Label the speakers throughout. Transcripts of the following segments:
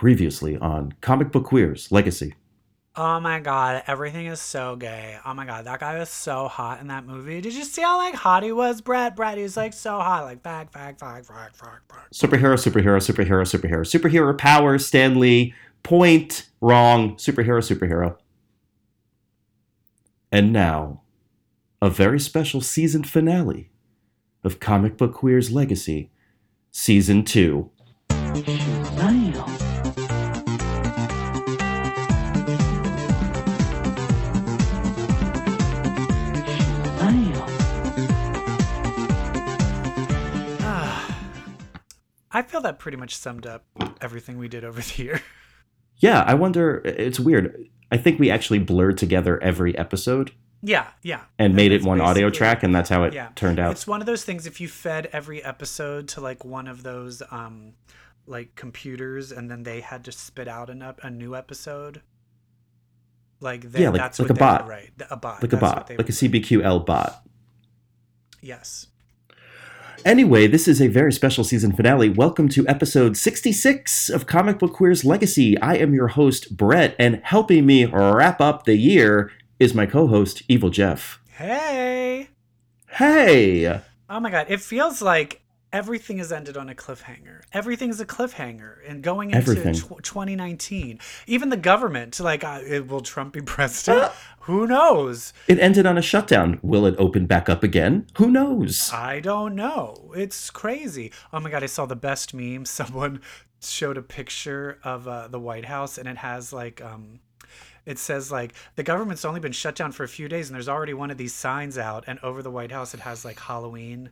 Speaker 1: Previously on Comic Book Queers Legacy.
Speaker 2: Oh my god, everything is so gay. Oh my god, that guy was so hot in that movie. Did you see how like hot he was, Brett? Brett, he was like so hot, like fag, fag, fag, fag, fag, fag.
Speaker 1: Superhero, superhero, superhero, superhero, superhero power, Stanley, point, wrong, superhero, superhero. And now, a very special season finale of Comic Book Queers Legacy, Season 2.
Speaker 2: I feel that pretty much summed up everything we did over the year.
Speaker 1: Yeah, I wonder, it's weird. I think we actually blurred together every episode
Speaker 2: yeah, yeah.
Speaker 1: and made it
Speaker 2: That's
Speaker 1: one audio
Speaker 2: basically-
Speaker 1: track, and that's how it
Speaker 2: yeah.
Speaker 1: turned out.
Speaker 2: It's one of those things if you fed every episode to like one of those um like computers and then they had to spit out an up a new episode. Like they,
Speaker 1: Yeah, like-
Speaker 2: that's
Speaker 1: like
Speaker 2: what
Speaker 1: a
Speaker 2: they
Speaker 1: bot.
Speaker 2: would write. The- A bot.
Speaker 1: like a
Speaker 2: that's what
Speaker 1: bot,
Speaker 2: they
Speaker 1: like a
Speaker 2: would-
Speaker 1: CBQL bot.
Speaker 2: Yes.
Speaker 1: Anyway, this is a very special season finale. Welcome to episode 66 of Comic Book Queer's Legacy. I am your host, Brett, and helping me wrap up the year is my co host, Evil Jeff.
Speaker 2: Hey.
Speaker 1: Hey!
Speaker 2: Oh my god, it feels like everything has ended on a cliffhanger. Everything's a cliffhanger and going into
Speaker 1: Everything.
Speaker 2: tw- 2019, even the government like uh, it, will Trump be president? Who knows?
Speaker 1: It ended on a shutdown. Will it open back up again? Who knows?
Speaker 2: I don't know. It's crazy. Oh my god, I saw the best meme. Someone showed a picture of uh, the White House, and it has like um, it says like the government's only been shut down for a few days, and there's already one of these signs out, and over the White House it has like Halloween,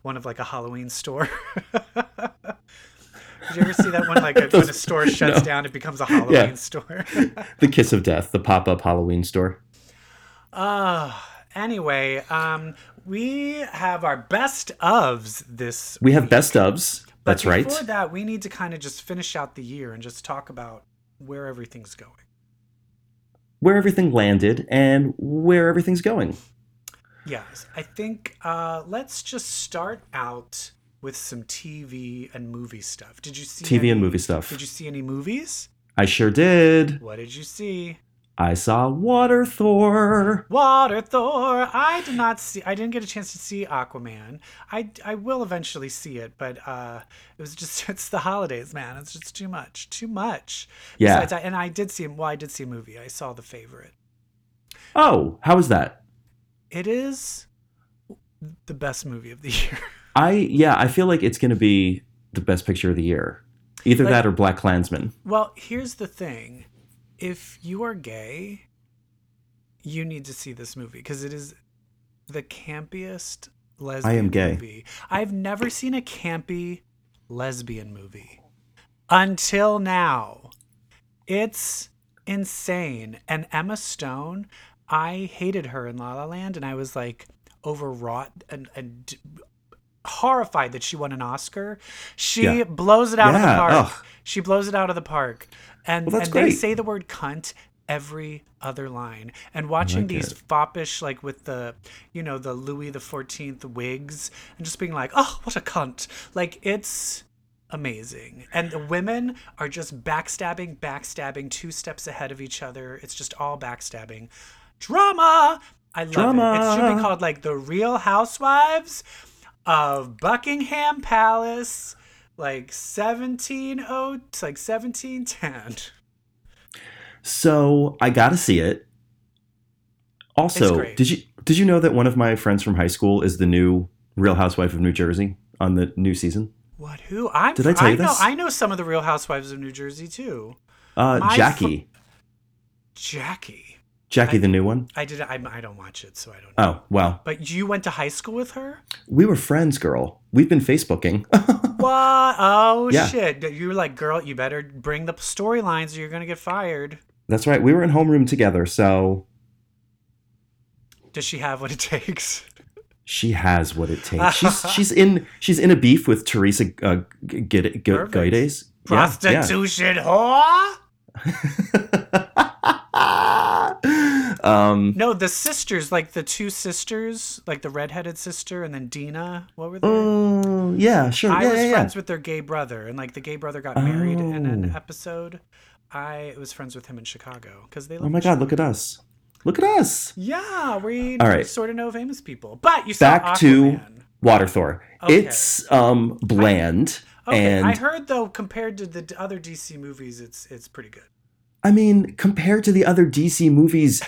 Speaker 2: one of like a Halloween store. Did you ever see that one? Like a, when a
Speaker 1: Those-
Speaker 2: store shuts
Speaker 1: no.
Speaker 2: down, it becomes a Halloween store.
Speaker 1: The Kiss of Death, the pop up Halloween store.
Speaker 2: Uh, anyway, um, we have our best ofs this
Speaker 1: We have best ofs.
Speaker 2: But
Speaker 1: That's right.
Speaker 2: Before that, we need to kind of just finish out the year and just talk about where everything's going.
Speaker 1: Where everything landed and where everything's going.
Speaker 2: Yes, I think uh, let's just start out with some TV and movie stuff. Did you see
Speaker 1: TV and
Speaker 2: any-
Speaker 1: movie stuff.
Speaker 2: Did you see any movies?
Speaker 1: I sure did.
Speaker 2: What did you see?
Speaker 1: I saw Water Thor.
Speaker 2: Water Thor. I did not see. I didn't get a chance to see Aquaman. I I will eventually see it, but uh, it was just it's the holidays, man. It's just too much, too much.
Speaker 1: Yeah.
Speaker 2: Besides, I, and I did see. Well, I did see a movie. I saw The Favorite.
Speaker 1: Oh, how was that?
Speaker 2: it is the best movie of the year.
Speaker 1: I yeah, I feel like it's gonna be the best picture of the year. Either
Speaker 2: Like-
Speaker 1: that or Black Klansman.
Speaker 2: well, here's the thing. If you are gay, you need to see this movie because it is the campiest lesbian
Speaker 1: gay.
Speaker 2: movie. I've never seen a campy lesbian movie until now. It's insane. And Emma Stone, I hated her in La La Land and I was like overwrought and, and d- horrified that she won an Oscar. She
Speaker 1: Yeah.
Speaker 2: blows it out of the
Speaker 1: Yeah,
Speaker 2: park.
Speaker 1: ugh.
Speaker 2: She blows it out of the park. And,
Speaker 1: Well, that's
Speaker 2: and they
Speaker 1: great.
Speaker 2: say the word cunt every other line. And watching
Speaker 1: like
Speaker 2: these
Speaker 1: it.
Speaker 2: foppish, like with the, you know, the Louis the 14th wigs and just being like, oh, what a cunt. Like it's amazing. And the women are just backstabbing, backstabbing, two steps ahead of each other. It's just all backstabbing. Drama! I love it. It should
Speaker 1: Drama.
Speaker 2: be called like the Real Housewives of Buckingham Palace, like 1702, like 1710.
Speaker 1: So I gotta see it. Also,
Speaker 2: great.
Speaker 1: did you did you know that one of my friends from high school is the new Real Housewife of New Jersey on the new season?
Speaker 2: What? Who? I'm,
Speaker 1: Did I tell you
Speaker 2: know,
Speaker 1: this?
Speaker 2: I know some of the Real Housewives of New Jersey too.
Speaker 1: Uh,
Speaker 2: My
Speaker 1: Jackie.
Speaker 2: Jackie.
Speaker 1: Jackie
Speaker 2: I-
Speaker 1: the new one.
Speaker 2: I did. I, I don't watch it, so I don't know.
Speaker 1: Oh, well.
Speaker 2: But you went to high school with her?
Speaker 1: We were friends, girl. We've been Facebooking.
Speaker 2: What? Oh
Speaker 1: Yeah.
Speaker 2: shit! You were like, girl, you better bring the storylines, or you're gonna get fired.
Speaker 1: That's right. We were in homeroom together, so
Speaker 2: Does she have what it takes?
Speaker 1: She has what it takes. She's she's in she's in a beef with Teresa uh, G- G- G-
Speaker 2: Perfect.
Speaker 1: Goides. Yeah, yeah.
Speaker 2: Prostitution whore.
Speaker 1: Um,
Speaker 2: No, the sisters, like the two sisters, like the redheaded sister and then Dina. What were they?
Speaker 1: mm, yeah, sure.
Speaker 2: I
Speaker 1: yeah,
Speaker 2: was
Speaker 1: yeah, yeah.
Speaker 2: friends with their gay brother, and like the gay brother got married in an
Speaker 1: Oh.
Speaker 2: episode. I was friends with him in Chicago because they.
Speaker 1: Oh my God! Look at us! Look at us!
Speaker 2: Yeah, we
Speaker 1: All right.
Speaker 2: sort of know famous people, but you saw
Speaker 1: Back to
Speaker 2: Aquaman.
Speaker 1: Water Thor.
Speaker 2: Okay.
Speaker 1: It's um bland,
Speaker 2: Okay,
Speaker 1: and
Speaker 2: I heard though compared to the d- other DC movies, it's it's pretty good.
Speaker 1: I mean, compared to the other DC movies,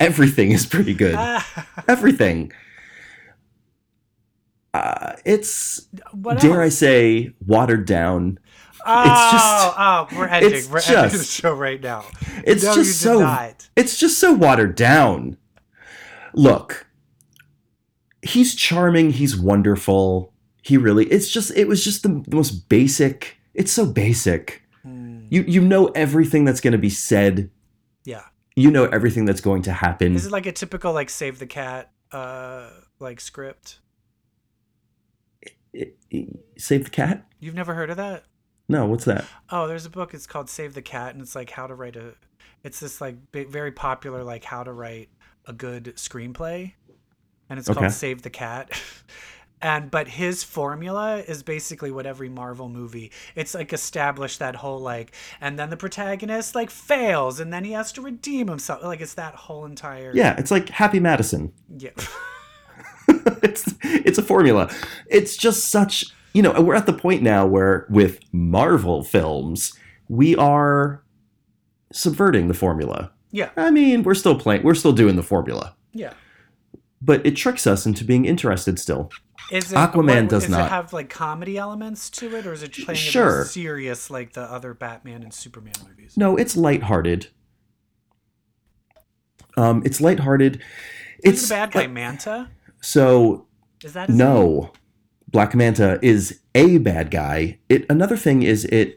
Speaker 1: everything is pretty good.
Speaker 2: Ah,
Speaker 1: everything. Uh, it's
Speaker 2: what
Speaker 1: dare I
Speaker 2: else?
Speaker 1: say watered down.
Speaker 2: oh,
Speaker 1: just-
Speaker 2: oh, we're ending.
Speaker 1: it's
Speaker 2: we're ending the
Speaker 1: just-
Speaker 2: show right now.
Speaker 1: It's
Speaker 2: no,
Speaker 1: just
Speaker 2: you did
Speaker 1: so
Speaker 2: Not.
Speaker 1: it's just so watered down. Look, he's charming. He's wonderful. He really. It's just. It was just the, the most basic. It's so basic.
Speaker 2: Hmm,
Speaker 1: You you know everything that's going to be said.
Speaker 2: yeah,
Speaker 1: You know everything that's going to happen.
Speaker 2: is it like a typical like save the cat uh like script?
Speaker 1: It- it- Save the cat?
Speaker 2: You've never heard of that?
Speaker 1: No. What's that?
Speaker 2: Oh, there's a book. It's called Save the Cat, and it's like how to write a. It's this like big, very popular like how to write a good screenplay, and it's
Speaker 1: Okay.
Speaker 2: called Save the Cat. and but his formula is basically what every Marvel movie. It's like established that whole like, and then the protagonist like fails, and then he has to redeem himself. Like it's that whole entire
Speaker 1: Yeah. It's like Happy Madison.
Speaker 2: yeah.
Speaker 1: it's it's a formula. It's just such you know we're at the point now where with Marvel films we are subverting the formula.
Speaker 2: Yeah.
Speaker 1: I mean we're still playing we're still doing the formula,
Speaker 2: yeah.
Speaker 1: but it tricks us into being interested still.
Speaker 2: Is it
Speaker 1: Aquaman
Speaker 2: what-
Speaker 1: does
Speaker 2: Does
Speaker 1: not.
Speaker 2: it have like comedy elements to it, or is it playing it
Speaker 1: Sure.
Speaker 2: serious like the other Batman and Superman movies?
Speaker 1: No, it's lighthearted. Um, it's lighthearted. It's
Speaker 2: Who's the bad guy? Manta?
Speaker 1: so
Speaker 2: Is that his name?
Speaker 1: No, Black Manta is a bad guy. It another thing is it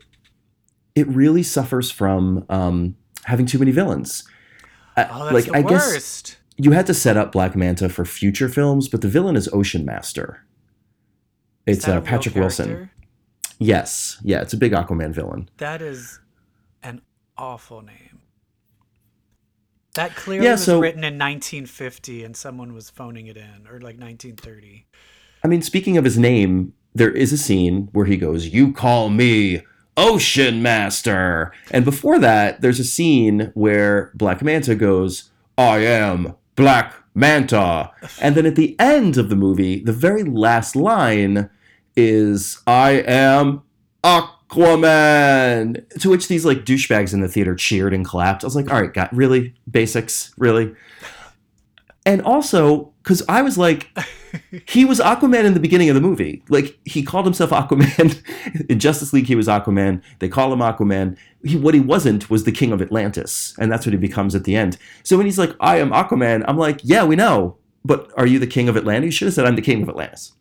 Speaker 1: it really suffers from um, having too many villains. I-
Speaker 2: Oh, that's the
Speaker 1: I guess
Speaker 2: worst.
Speaker 1: you had to set up Black Manta for future films, but the villain is Ocean Master.
Speaker 2: Is
Speaker 1: It's
Speaker 2: that a
Speaker 1: uh,
Speaker 2: real
Speaker 1: Patrick Wilson.
Speaker 2: character?
Speaker 1: Yes, yeah, it's a big Aquaman villain.
Speaker 2: That is an awful name. That clearly
Speaker 1: Yeah,
Speaker 2: was
Speaker 1: so-
Speaker 2: written in 1950, and someone was phoning it in, or like 1930.
Speaker 1: I mean, speaking of his name, there is a scene where he goes, You call me Ocean Master. And before that, there's a scene where Black Manta goes, I am Black Manta. And then at the end of the movie, the very last line is, I am Aquaman. To which these like douchebags in the theater cheered and clapped. I was like, All right, got really? Basics? Really? And also, because I was like, he was Aquaman in the beginning of the movie. Like he called himself Aquaman in Justice League. He was Aquaman. They call him Aquaman. He, what he wasn't was the King of Atlantis, and that's what he becomes at the end. So when he's like, "I am Aquaman," I'm like, "Yeah, we know, but are you the King of Atlantis?" You should have said, "I'm the King of Atlantis."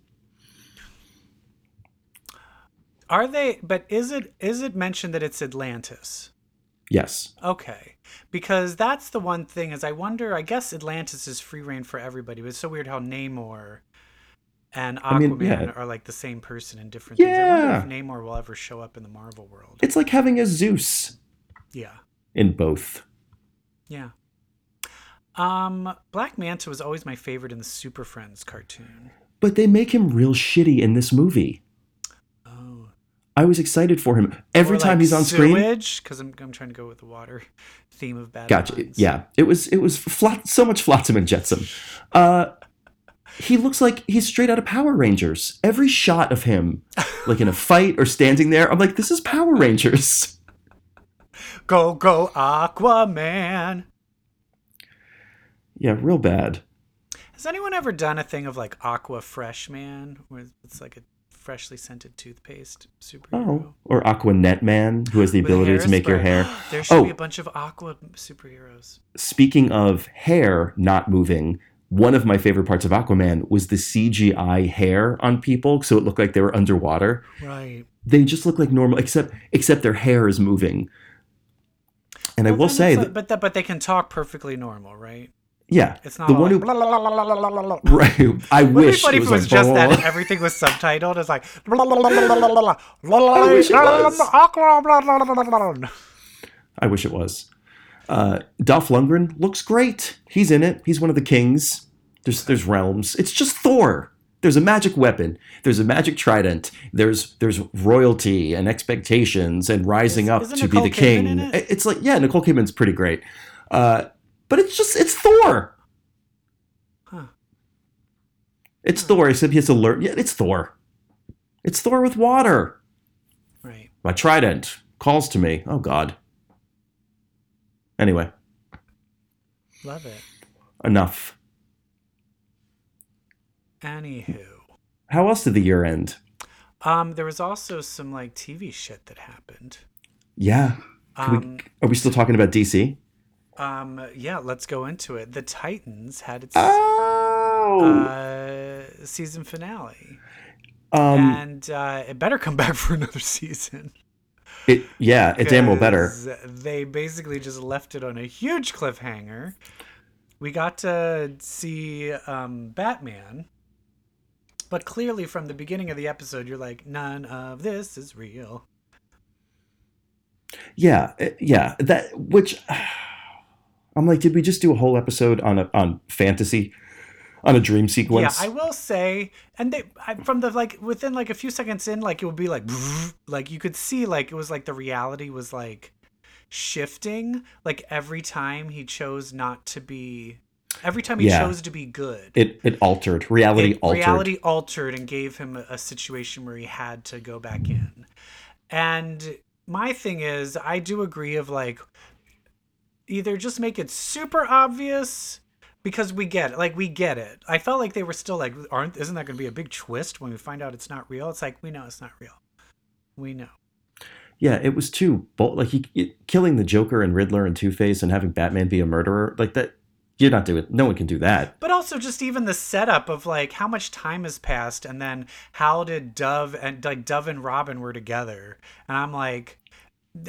Speaker 2: Are they? But is it is it mentioned that it's Atlantis?
Speaker 1: Yes,
Speaker 2: Okay, because that's the one thing is I wonder. I guess Atlantis is free reign for everybody, but it's so weird how Namor and Aquaman
Speaker 1: mean, yeah.
Speaker 2: are like the same person in different things. I wonder if Namor will ever show up in the Marvel world.
Speaker 1: it's like having a Zeus
Speaker 2: Yeah,
Speaker 1: in both.
Speaker 2: yeah. Um, Black Manta was always my favorite in the Super Friends cartoon.
Speaker 1: But they make him real shitty in this movie.
Speaker 2: Oh,
Speaker 1: I was excited for him every
Speaker 2: Or,
Speaker 1: time
Speaker 2: like,
Speaker 1: he's on screen.
Speaker 2: sewage, because I'm, I'm trying to go with the water theme of bad.
Speaker 1: Gotcha.
Speaker 2: Puns.
Speaker 1: Yeah, it was it was flat, so much flotsam and jetsam. Uh, he looks like he's straight out of Power Rangers. Every shot of him, like in a fight or standing there, I'm like, this is Power Rangers.
Speaker 2: Go go Aquaman.
Speaker 1: Yeah, real bad.
Speaker 2: Has anyone ever done a thing of like Aqua Fresh Man, where it's like a freshly scented toothpaste superhero?
Speaker 1: Oh, or Aquanet Man, who has the
Speaker 2: With
Speaker 1: ability to make your
Speaker 2: hairspray.
Speaker 1: hair.
Speaker 2: there should be
Speaker 1: Oh.
Speaker 2: a bunch of Aqua superheroes.
Speaker 1: Speaking of hair not moving, one of my favorite parts of Aquaman was the CGI hair on people, so it looked like they were underwater.
Speaker 2: Right.
Speaker 1: They just look like normal, except except their hair is moving. And I will say that,
Speaker 2: but that, but they can talk perfectly normal, right?
Speaker 1: yeah,
Speaker 2: It's not
Speaker 1: the
Speaker 2: all
Speaker 1: one
Speaker 2: like,
Speaker 1: who
Speaker 2: blah, blah, blah, blah, blah, blah, blah, blah.
Speaker 1: Right. I
Speaker 2: Wouldn't it be
Speaker 1: wish
Speaker 2: funny
Speaker 1: it was,
Speaker 2: if it was
Speaker 1: like,
Speaker 2: just that
Speaker 1: blah,
Speaker 2: and everything was subtitled? It's like blah, blah, blah, blah, blah, blah, blah, blah,
Speaker 1: I wish it
Speaker 2: blah,
Speaker 1: was.
Speaker 2: Aqua, blah, blah, blah, blah, blah, blah.
Speaker 1: I wish it was. Uh, Dolph Lundgren looks great. He's in it. He's one of the kings. There's there's realms. It's just Thor. There's a magic weapon. There's a magic trident. There's there's royalty and expectations and rising
Speaker 2: Is-
Speaker 1: up
Speaker 2: isn't
Speaker 1: to
Speaker 2: Nicole
Speaker 1: be the
Speaker 2: Kidman
Speaker 1: king.
Speaker 2: in it?
Speaker 1: It- It's like yeah, Nicole Kidman's pretty great. Uh, but it's just it's Thor.
Speaker 2: Huh.
Speaker 1: It's Thor. Except he has to learn. Yeah, it's Thor. It's Thor with water.
Speaker 2: Right.
Speaker 1: My trident calls to me. Oh God. Anyway,
Speaker 2: Love it.
Speaker 1: enough.
Speaker 2: Anywho.
Speaker 1: How else did the year end?
Speaker 2: Um, there was also some like TV shit that happened.
Speaker 1: Yeah. Can
Speaker 2: Um,
Speaker 1: we, are we still talking about DC?
Speaker 2: um, yeah, let's go into it. The Titans had its
Speaker 1: Oh.
Speaker 2: uh, season finale,
Speaker 1: um.
Speaker 2: and uh, it better come back for another season.
Speaker 1: It. Yeah. It damn well better.
Speaker 2: 'Cause They basically just left it on a huge cliffhanger. We got to see um, Batman, but clearly from the beginning of the episode, you're like, none of this is real.
Speaker 1: Yeah. it- yeah. That. Which. I'm like, did we just do a whole episode on a on fantasy, on a dream sequence?
Speaker 2: Yeah, I will say, and they I, from the like within like a few seconds in, like it would be like like you could see like it was like the reality was like shifting. Like every time he chose not to be, every time he
Speaker 1: Yeah.
Speaker 2: chose to be good,
Speaker 1: it it altered reality.
Speaker 2: it-
Speaker 1: altered.
Speaker 2: reality altered and gave him a, a situation where he had to go back in. And my thing is, I do agree of like either just make it super obvious because we get it. Like we get it. I felt like they were still like, aren't isn't that going to be a big twist when we find out it's not real? It's like we know it's not real. We know.
Speaker 1: Yeah, it was too bold. Like he, he- killing the Joker and Riddler and Two Face and having Batman be a murderer. Like that, you're not doing. No one can do that.
Speaker 2: But also just even the setup of like how much time has passed and then how did Dove and like Dove and Robin were together. And I'm like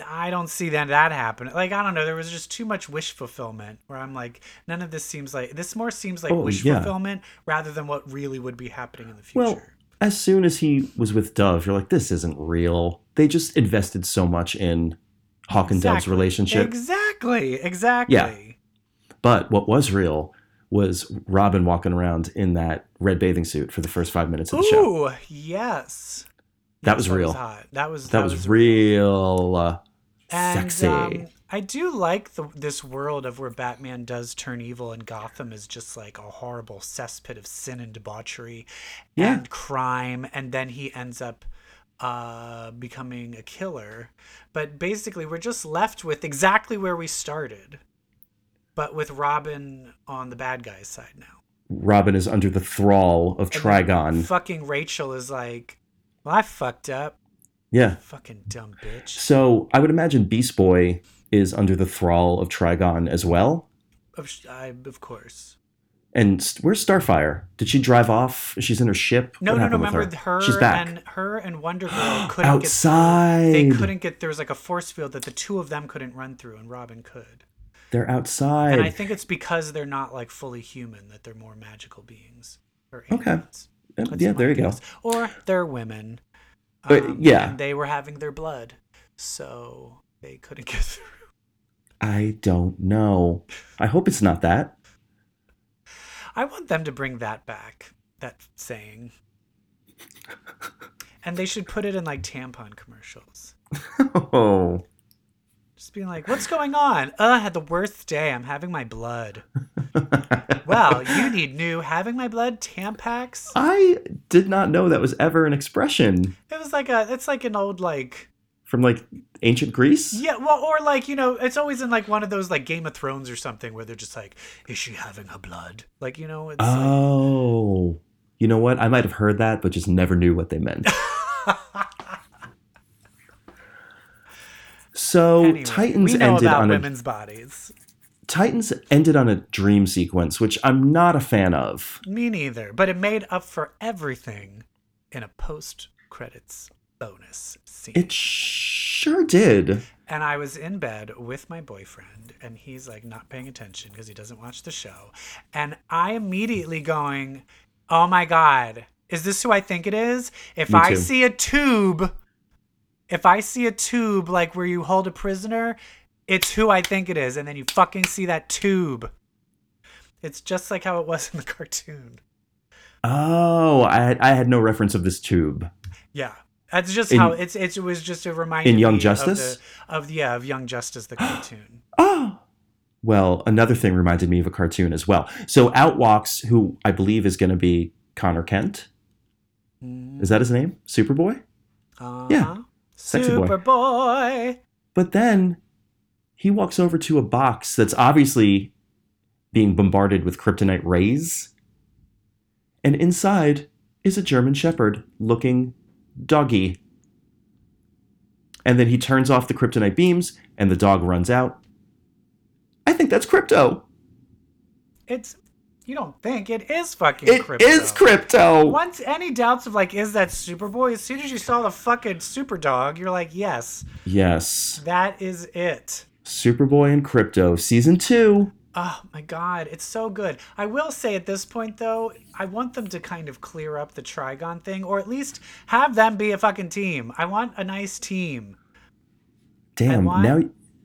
Speaker 2: I don't see that that happen. Like I don't know, there was just too much wish fulfillment where I'm like none of this seems like this more seems like
Speaker 1: Oh,
Speaker 2: wish
Speaker 1: yeah.
Speaker 2: fulfillment rather than what really would be happening in the future.
Speaker 1: Well, as soon as he was with Dove, you're like, this isn't real. They just invested so much in Hawk and Dove's
Speaker 2: Exactly.
Speaker 1: relationship.
Speaker 2: Exactly. Exactly.
Speaker 1: But what was real was Robin walking around in that red bathing suit for the first five minutes of the show.
Speaker 2: Ooh, yes.
Speaker 1: That
Speaker 2: Yes,
Speaker 1: was real.
Speaker 2: hot. That was
Speaker 1: That was real uh,
Speaker 2: And
Speaker 1: sexy.
Speaker 2: um, I do like the, this world of where Batman does turn evil and Gotham is just like a horrible cesspit of sin and debauchery
Speaker 1: Yeah.
Speaker 2: and crime. And then he ends up uh, becoming a killer. But basically, we're just left with exactly where we started, but with Robin on the bad guy's side now.
Speaker 1: Robin is under the thrall of
Speaker 2: And then
Speaker 1: Trigon.
Speaker 2: Fucking Rachel is like, well, I fucked up.
Speaker 1: Yeah.
Speaker 2: Fucking dumb bitch.
Speaker 1: So I would imagine Beast Boy is under the thrall of Trigon as well.
Speaker 2: Of, sh- I, of course.
Speaker 1: And s- where's Starfire? Did she drive off? She's in her ship. What
Speaker 2: No, no, no.
Speaker 1: happened with
Speaker 2: Remember her,
Speaker 1: She's back.
Speaker 2: and her and Wonder Girl couldn't
Speaker 1: outside.
Speaker 2: get they couldn't get there was like a force field that the two of them couldn't run through and Robin could.
Speaker 1: They're outside.
Speaker 2: And I think it's because they're not like fully human that they're more magical beings or
Speaker 1: Okay.
Speaker 2: animals.
Speaker 1: And-
Speaker 2: That's
Speaker 1: Oh, yeah,
Speaker 2: my
Speaker 1: there you go.
Speaker 2: guess. Or they're women. um,
Speaker 1: But, yeah.
Speaker 2: and they were having their blood, so they couldn't get through.
Speaker 1: I don't know. I hope it's not that.
Speaker 2: I want them to bring that back. That saying. And they should put it in like tampon commercials.
Speaker 1: Oh,
Speaker 2: Just being like, what's going on? Ugh, I had the worst day. I'm having my blood. well, you need new having my blood Tampax.
Speaker 1: I did not know that was ever an expression
Speaker 2: It was like a, it's like an old like,
Speaker 1: from like ancient Greece.
Speaker 2: yeah, well, or like you know, it's always in like one of those like Game of Thrones or something where they're just like, is she having her blood? Like you know, it's
Speaker 1: Oh, you know what? I might have heard that, but just never knew what they meant. so
Speaker 2: like, anyway,
Speaker 1: oh, Titans
Speaker 2: we know
Speaker 1: ended
Speaker 2: about
Speaker 1: on a
Speaker 2: women's bodies.
Speaker 1: Titans ended on a dream sequence, which I'm not a fan of.
Speaker 2: Me neither, but it made up for everything in a post credits bonus scene.
Speaker 1: It sure did.
Speaker 2: And I was in bed with my boyfriend, and he's like not paying attention because he doesn't watch the show. And I immediately going, Oh my God, is this who I think it is? If
Speaker 1: Me
Speaker 2: I
Speaker 1: too.
Speaker 2: see a tube, if I see a tube like where you hold a prisoner, It's who I think it is, and then you fucking see that tube. It's just like how it was in the cartoon.
Speaker 1: Oh, I had, I had no reference of this tube.
Speaker 2: Yeah, that's just
Speaker 1: In-
Speaker 2: how it's. It's it was just a reminder
Speaker 1: In Young
Speaker 2: me of
Speaker 1: Justice?
Speaker 2: the- of, yeah of Young Justice the cartoon.
Speaker 1: Oh. Well, another thing reminded me of a cartoon as well. So out walks who I believe is going to be Connor Kent.
Speaker 2: Mm-hmm.
Speaker 1: Is that his name? Superboy?
Speaker 2: Uh-huh.
Speaker 1: Yeah. Sexy boy.
Speaker 2: Superboy.
Speaker 1: But then he walks over to a box that's obviously being bombarded with kryptonite rays. And inside is a German Shepherd looking doggy. And then he turns off the kryptonite beams and the dog runs out. I think that's crypto.
Speaker 2: It's you don't think it is fucking.
Speaker 1: It is
Speaker 2: crypto.
Speaker 1: crypto.
Speaker 2: Once any doubts of like, is that Superboy? As soon as you saw the fucking super dog, you're like, yes,
Speaker 1: Yes.
Speaker 2: that is it.
Speaker 1: Superboy and Crypto, season two.
Speaker 2: Oh my god, it's so good. I will say at this point though, I want them to kind of clear up the Trigon thing, or at least have them be a fucking team. I want a nice team.
Speaker 1: Damn,
Speaker 2: want-
Speaker 1: now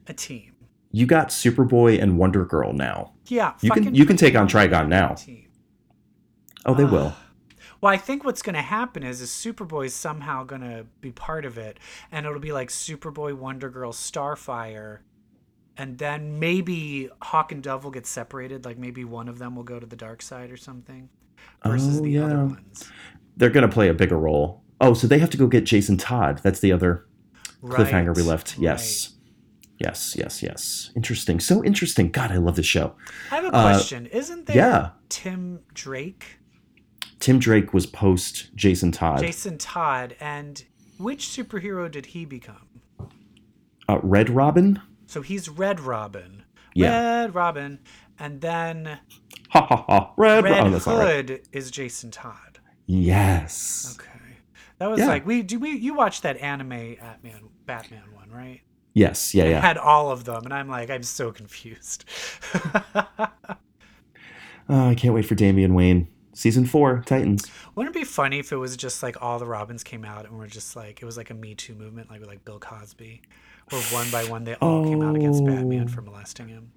Speaker 2: A team.
Speaker 1: you got Superboy and Wonder Girl now.
Speaker 2: Yeah.
Speaker 1: You can
Speaker 2: fucking
Speaker 1: you can take on
Speaker 2: Trigon
Speaker 1: Trigon now.
Speaker 2: team.
Speaker 1: Oh, they
Speaker 2: Ah.
Speaker 1: will.
Speaker 2: Well, I think what's going to happen is is Superboy's somehow going to be part of it, and it'll be like Superboy, Wonder Girl, Starfire, and then maybe Hawk and Dove will get separated. Like maybe one of them will go to the dark side or something, versus
Speaker 1: Oh,
Speaker 2: the
Speaker 1: yeah.
Speaker 2: other ones.
Speaker 1: They're gonna play a bigger role. Oh, so they have to go get Jason Todd. That's the other cliffhanger we
Speaker 2: Right,
Speaker 1: left. Yes. Yes, yes, yes. Interesting. So interesting. God, I love this show.
Speaker 2: right. I have a
Speaker 1: Uh,
Speaker 2: question. Isn't there
Speaker 1: yeah.
Speaker 2: Tim Drake,
Speaker 1: Tim Drake was post Jason Todd.
Speaker 2: Jason Todd, and which superhero did he become?
Speaker 1: Uh, Red Robin?
Speaker 2: So he's Red Robin.
Speaker 1: Yeah.
Speaker 2: Red Robin, and then
Speaker 1: Ha ha ha. Red,
Speaker 2: Red
Speaker 1: Robin. Oh, that's not right.
Speaker 2: Hood is Jason Todd.
Speaker 1: Yes.
Speaker 2: Okay, that was
Speaker 1: Yeah.
Speaker 2: like we do. We you watched that anime Batman Batman one, right?
Speaker 1: Yes, yeah,
Speaker 2: It
Speaker 1: yeah.
Speaker 2: had all of them, and I'm like, I'm so confused.
Speaker 1: Oh, I can't wait for Damian Wayne. Season four, Titans.
Speaker 2: Wouldn't it be funny if it was just like all the Robins came out and were just like it was like a Me Too movement, like with like Bill Cosby, where one by one they all came out against Batman
Speaker 1: Oh.
Speaker 2: for molesting him.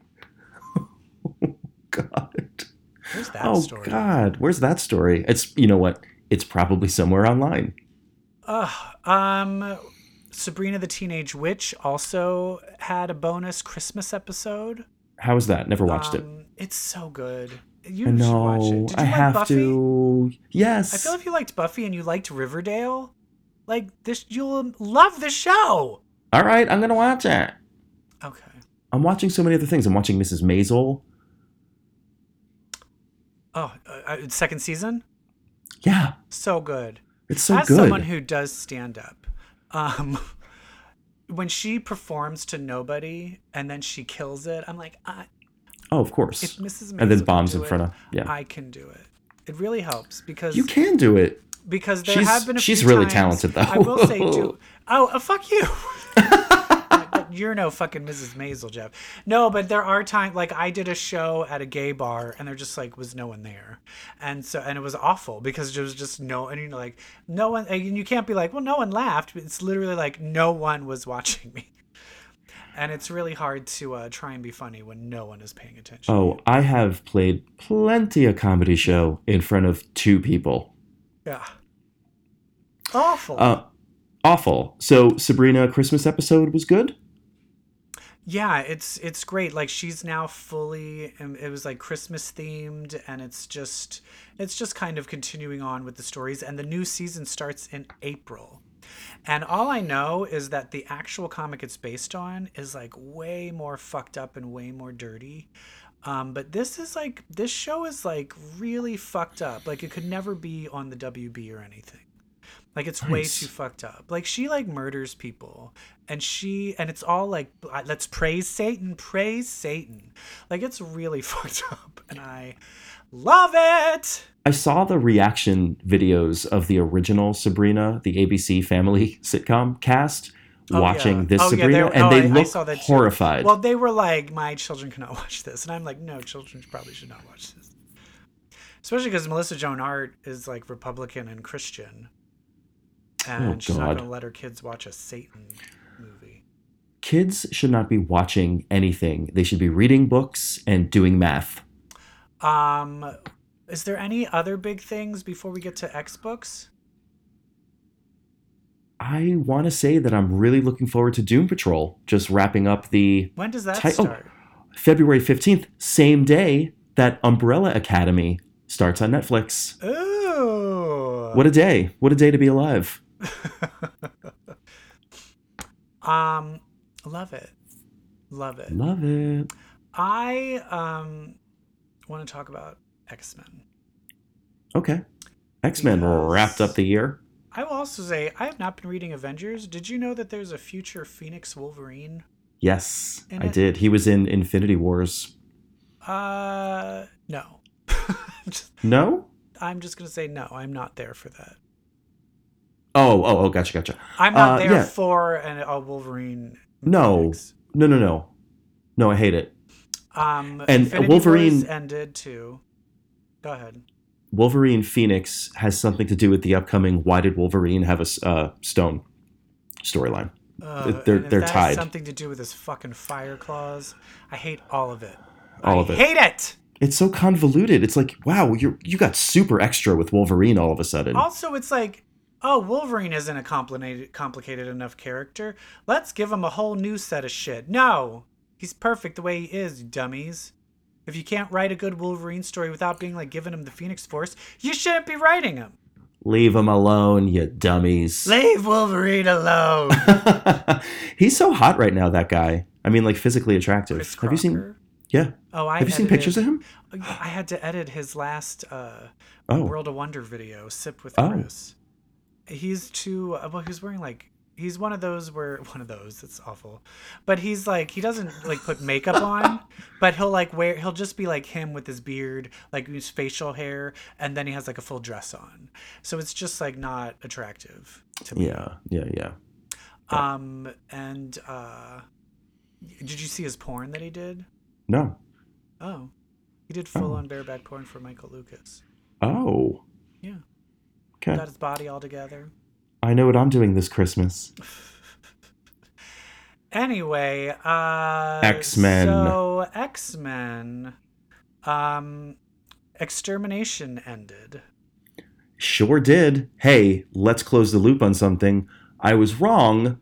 Speaker 1: God.
Speaker 2: Where's that
Speaker 1: Oh
Speaker 2: story?
Speaker 1: God. Where's that story? It's you know what? It's probably somewhere online.
Speaker 2: Ugh, um, Sabrina the Teenage Witch also had a bonus Christmas episode.
Speaker 1: How is that? Never watched it.
Speaker 2: Um, It's so good. You
Speaker 1: I
Speaker 2: should
Speaker 1: know.
Speaker 2: watch it. Did you
Speaker 1: I
Speaker 2: like
Speaker 1: have
Speaker 2: Buffy?
Speaker 1: to. Yes.
Speaker 2: I feel if you liked Buffy and you liked Riverdale, like this, you'll love the show.
Speaker 1: All right. I'm gonna watch it.
Speaker 2: Okay.
Speaker 1: I'm watching so many other things. I'm watching Mrs. Maisel.
Speaker 2: Oh, uh, uh, second season,
Speaker 1: Yeah.
Speaker 2: so good.
Speaker 1: It's so
Speaker 2: As
Speaker 1: good.
Speaker 2: someone who does stand up, um, when she performs to nobody and then she kills it, I'm like, I,
Speaker 1: oh, of course.
Speaker 2: if Mrs.
Speaker 1: and then
Speaker 2: Maisel
Speaker 1: bombs
Speaker 2: can
Speaker 1: in
Speaker 2: do
Speaker 1: front
Speaker 2: it,
Speaker 1: of. Yeah.
Speaker 2: I can do it. It really helps because
Speaker 1: you can do it.
Speaker 2: because there
Speaker 1: She's-
Speaker 2: have been a
Speaker 1: she's
Speaker 2: few
Speaker 1: really
Speaker 2: times-
Speaker 1: talented, though.
Speaker 2: I will say too. Oh, uh, fuck you. You're no fucking Mrs. Maisel, Jeff. No, but there are times like I did a show at a gay bar and there just like was no one there, and so and it was awful because there was just no and you're like no one and you can't be like well no one laughed. It's literally like no one was watching me, and it's really hard to uh, try and be funny when no one is paying attention.
Speaker 1: Oh, I have played plenty of comedy show in front of two people.
Speaker 2: Yeah, awful.
Speaker 1: Uh, awful. So Sabrina Christmas episode was good.
Speaker 2: yeah it's it's great like she's now fully and it was like christmas themed and it's just it's just kind of continuing on with the stories and the new season starts in april and all i know is that the actual comic it's based on is like way more fucked up and way more dirty um, but this is like this show is like really fucked up like it could never be on the wb or anything like it's way
Speaker 1: Nice.
Speaker 2: too fucked up like she like murders people and she and it's all like I- let's praise satan praise satan like it's really fucked up and i love it
Speaker 1: I saw the reaction videos of the original Sabrina, the ABC Family sitcom cast,
Speaker 2: Oh,
Speaker 1: watching
Speaker 2: yeah.
Speaker 1: this
Speaker 2: Oh, yeah,
Speaker 1: Sabrina,
Speaker 2: they're-
Speaker 1: and
Speaker 2: oh, I- I
Speaker 1: they
Speaker 2: saw that
Speaker 1: look
Speaker 2: too.
Speaker 1: horrified.
Speaker 2: well they were like my children cannot watch this and i'm like no children probably should not watch this especially because melissa joan hart is like republican and christian and
Speaker 1: Oh,
Speaker 2: she's not
Speaker 1: God.
Speaker 2: going to let her kids watch a satan movie
Speaker 1: kids should not be watching anything. They should be reading books and doing math.
Speaker 2: Um, is there any other big things before we get to X books?
Speaker 1: I want to say that I'm really looking forward to Doom Patrol, just wrapping up the
Speaker 2: When does that
Speaker 1: Ti- oh.
Speaker 2: start?
Speaker 1: February 15th, same day that Umbrella Academy starts on Netflix.
Speaker 2: Ooh.
Speaker 1: What a day. What a day to be alive.
Speaker 2: um, love it, love it.
Speaker 1: Love it.
Speaker 2: I um want to talk about X Men.
Speaker 1: Okay. X Men
Speaker 2: Because-
Speaker 1: wrapped up the year.
Speaker 2: I will also say I have not been reading Avengers. Did you know that there's a future Phoenix Wolverine?
Speaker 1: Yes,
Speaker 2: And
Speaker 1: I
Speaker 2: it-
Speaker 1: did. He was in Infinity Wars.
Speaker 2: Uh, no. I'm just-
Speaker 1: No?
Speaker 2: I'm just gonna say no. I'm not there for that.
Speaker 1: Oh, oh, oh, gotcha, gotcha.
Speaker 2: I'm not
Speaker 1: Uh,
Speaker 2: there
Speaker 1: yeah.
Speaker 2: for an, a Wolverine.
Speaker 1: No.
Speaker 2: Phoenix.
Speaker 1: No, no, no. No, I hate it.
Speaker 2: Um,
Speaker 1: a
Speaker 2: and Infinity
Speaker 1: Wolverine-
Speaker 2: Wars ended too. Go ahead.
Speaker 1: Wolverine Phoenix has something to do with the upcoming Why Did Wolverine Have a S- uh, Stone storyline.
Speaker 2: Uh,
Speaker 1: They're-
Speaker 2: and if
Speaker 1: they're
Speaker 2: that has
Speaker 1: tied.
Speaker 2: something to do with his fucking fire claws. I hate all of it.
Speaker 1: All
Speaker 2: I
Speaker 1: of it.
Speaker 2: Hate it.
Speaker 1: It's so convoluted. It's like, wow, you you got super extra with Wolverine all of a sudden.
Speaker 2: Also, it's like, oh, Wolverine isn't a complicated, complicated enough character. Let's give him a whole new set of shit. No, he's perfect the way he is, you dummies. If you can't write a good Wolverine story without being like giving him the Phoenix Force, you shouldn't be writing him.
Speaker 1: Leave him alone, you dummies.
Speaker 2: Leave Wolverine alone.
Speaker 1: He's so hot right now, that guy. I mean, like physically attractive.
Speaker 2: Chris
Speaker 1: Have you seen?
Speaker 2: Crocker.
Speaker 1: Yeah.
Speaker 2: Oh, I
Speaker 1: Have you seen pictures of him?
Speaker 2: him? I had to edit his last uh,
Speaker 1: Oh,
Speaker 2: World of Wonder video, Sip with
Speaker 1: Oh.
Speaker 2: Chris. He's too uh, well. He's wearing like he's one of those where one of those. It's awful, but he's like he doesn't like put makeup on, but he'll like wear he'll just be like him with his beard, like his facial hair, and then he has like a full dress on. So it's just like not attractive to me.
Speaker 1: yeah, yeah, yeah.
Speaker 2: Um. And uh, did you see his porn that he did?
Speaker 1: No.
Speaker 2: Oh, he did full
Speaker 1: Oh.
Speaker 2: on bareback porn for Michael Lucas.
Speaker 1: Oh.
Speaker 2: Yeah.
Speaker 1: Okay.
Speaker 2: Got his body all together.
Speaker 1: I know what I'm doing this Christmas.
Speaker 2: Anyway, uh
Speaker 1: X-Men.
Speaker 2: So X-Men um extermination ended.
Speaker 1: Sure did. Hey, let's close the loop on something. I was wrong.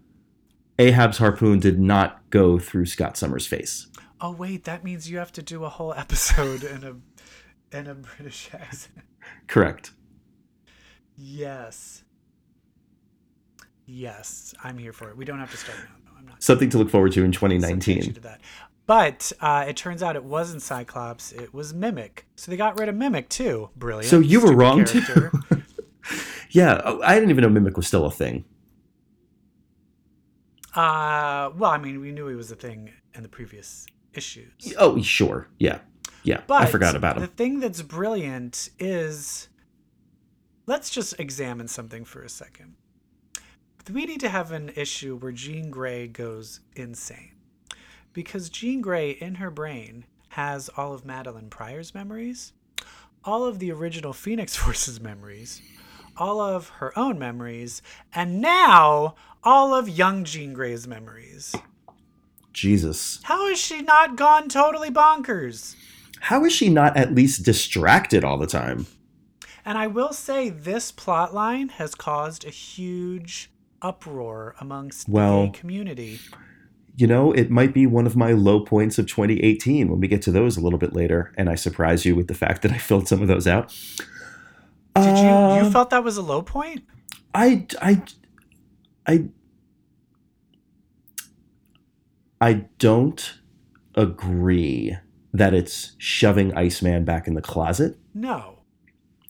Speaker 1: Ahab's harpoon did not go through Scott Summers' face.
Speaker 2: Oh wait, that means you have to do a whole episode in a in a British accent.
Speaker 1: Correct.
Speaker 2: Yes. Yes, I'm here for it. We don't have to start now. though. I'm not
Speaker 1: Something to look forward to in
Speaker 2: subject you
Speaker 1: 2019.
Speaker 2: to that. But uh, it turns out it wasn't Cyclops, it was Mimic. So they got rid of Mimic too. Brilliant.
Speaker 1: So you were
Speaker 2: Stupid
Speaker 1: wrong
Speaker 2: character.
Speaker 1: too. yeah, oh, I didn't even know Mimic was still a thing.
Speaker 2: Uh, well, I mean, we knew he was a thing in the previous issues.
Speaker 1: Oh, sure. Yeah. Yeah.
Speaker 2: But
Speaker 1: I forgot about
Speaker 2: The
Speaker 1: him.
Speaker 2: thing that's brilliant is let's just examine something for a second. We need to have an issue where Jean Grey goes insane. Because Jean Grey in her brain has all of Madeline Pryor's memories, all of the original Phoenix Force's memories, all of her own memories, and now all of young Jean Grey's memories.
Speaker 1: Jesus.
Speaker 2: How has she not gone totally bonkers?
Speaker 1: How is she not at least distracted all the time?
Speaker 2: And I will say this plot line has caused a huge uproar amongst
Speaker 1: Well-
Speaker 2: the gay community.
Speaker 1: You know, it might be one of my low points of 2018 when we get to those a little bit later, and I surprise you with the fact that I filled some of those out.
Speaker 2: Did you you
Speaker 1: Um,
Speaker 2: felt that was a low point?
Speaker 1: I, I, I, I don't agree that it's shoving Iceman back in the closet.
Speaker 2: No.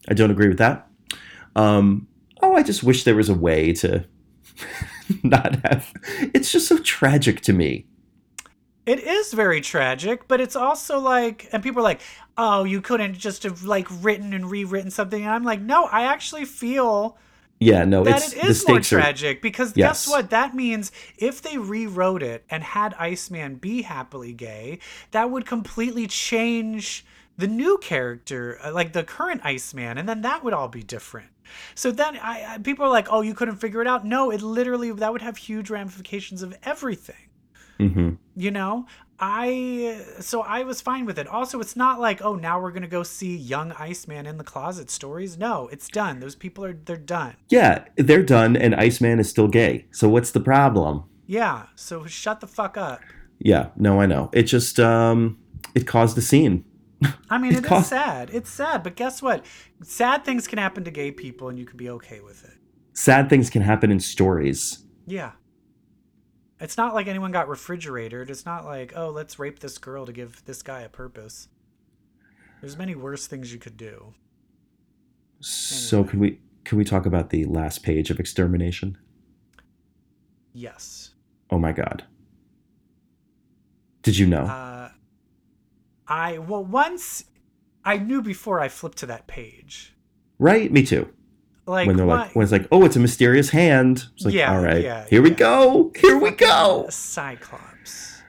Speaker 1: I don't agree with that. Um, oh, I just wish there was a way to not have. It's just so tragic to me.
Speaker 2: It is very tragic, but it's also like and people are like, "Oh, you couldn't just have like written and rewritten something." And I'm like, "No, I actually feel
Speaker 1: Yeah, no,
Speaker 2: that
Speaker 1: it's
Speaker 2: it
Speaker 1: the
Speaker 2: is more
Speaker 1: stakes are.
Speaker 2: tragic because
Speaker 1: Yes.
Speaker 2: guess what? That means if they rewrote it and had Iceman be happily gay, that would completely change the new character, uh, like the current Iceman, and then that would all be different. So then I, I, people are like, oh, you couldn't figure it out. No, it literally, that would have huge ramifications of everything.
Speaker 1: hmm
Speaker 2: you know i so i was fine with it also it's not like oh now we're gonna go see young iceman in the closet stories no it's done those people are they're done
Speaker 1: Yeah, they're done, and Iceman is still gay. So what's the problem?
Speaker 2: yeah so shut the fuck up
Speaker 1: Yeah, no, I know. It just um, it caused a scene.
Speaker 2: i mean
Speaker 1: It
Speaker 2: it is
Speaker 1: cost-
Speaker 2: sad it's sad but guess what sad things can happen to gay people and you can be okay with it
Speaker 1: Sad things can happen in stories.
Speaker 2: yeah it's not like anyone got refrigerated it's not like oh let's rape this girl to give this guy a purpose there's many worse things you could do
Speaker 1: So can we can we talk about the last page of extermination?
Speaker 2: yes
Speaker 1: Oh my god. Did you know?
Speaker 2: Uh, I well once I knew before I flipped to that page.
Speaker 1: right? Me too.
Speaker 2: Like
Speaker 1: when they're
Speaker 2: why-
Speaker 1: like when it's like, "Oh, it's a mysterious hand." It's like,
Speaker 2: Yeah,
Speaker 1: "All right.
Speaker 2: yeah,
Speaker 1: here we
Speaker 2: yeah.
Speaker 1: go. Here we go."
Speaker 2: Cyclops.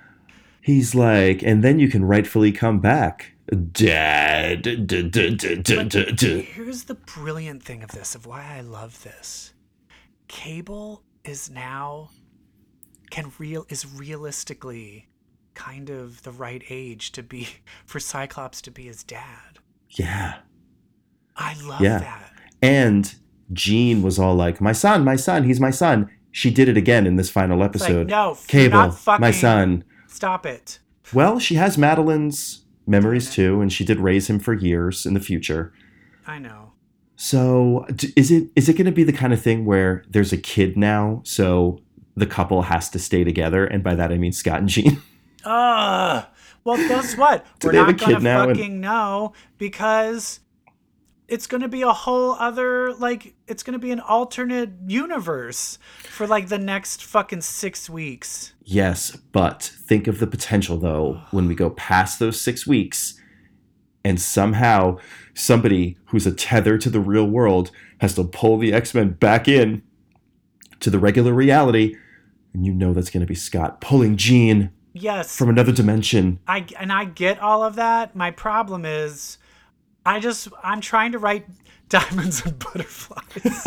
Speaker 1: He's like, "And then you can rightfully come back." Dad. duh, duh, duh, duh,
Speaker 2: But
Speaker 1: duh, duh.
Speaker 2: here's the brilliant thing of this, of why I love this. Cable is now can real is realistically kind of the right age to be for Cyclops to be his dad.
Speaker 1: Yeah.
Speaker 2: I love
Speaker 1: Yeah.
Speaker 2: that.
Speaker 1: And Jean was all like, "My son, my son, he's my son." She did it again in this final
Speaker 2: It's
Speaker 1: episode.
Speaker 2: like no, f-
Speaker 1: Cable,
Speaker 2: not fucking,
Speaker 1: my son.
Speaker 2: Stop it.
Speaker 1: Well, she has Madeline's memories
Speaker 2: Yeah.
Speaker 1: too, and she did raise him for years in the future.
Speaker 2: I know.
Speaker 1: So, d- is it is it going to be the kind of thing where there's a kid now, so the couple has to stay together, and by that I mean Scott and Jean.
Speaker 2: Ugh. Well, guess what?
Speaker 1: Do
Speaker 2: We're
Speaker 1: they have
Speaker 2: not
Speaker 1: a kid
Speaker 2: gonna
Speaker 1: now and-
Speaker 2: fucking know because it's gonna be a whole other like it's gonna be an alternate universe for like the next fucking six weeks.
Speaker 1: yes, but think of the potential though when we go past those six weeks, and somehow somebody who's a tether to the real world has to pull the X Men back in to the regular reality, and you know that's going to be Scott pulling Jean
Speaker 2: Yes,
Speaker 1: from another dimension.
Speaker 2: I and I get all of that. My problem is, I just I'm trying to write diamonds and butterflies,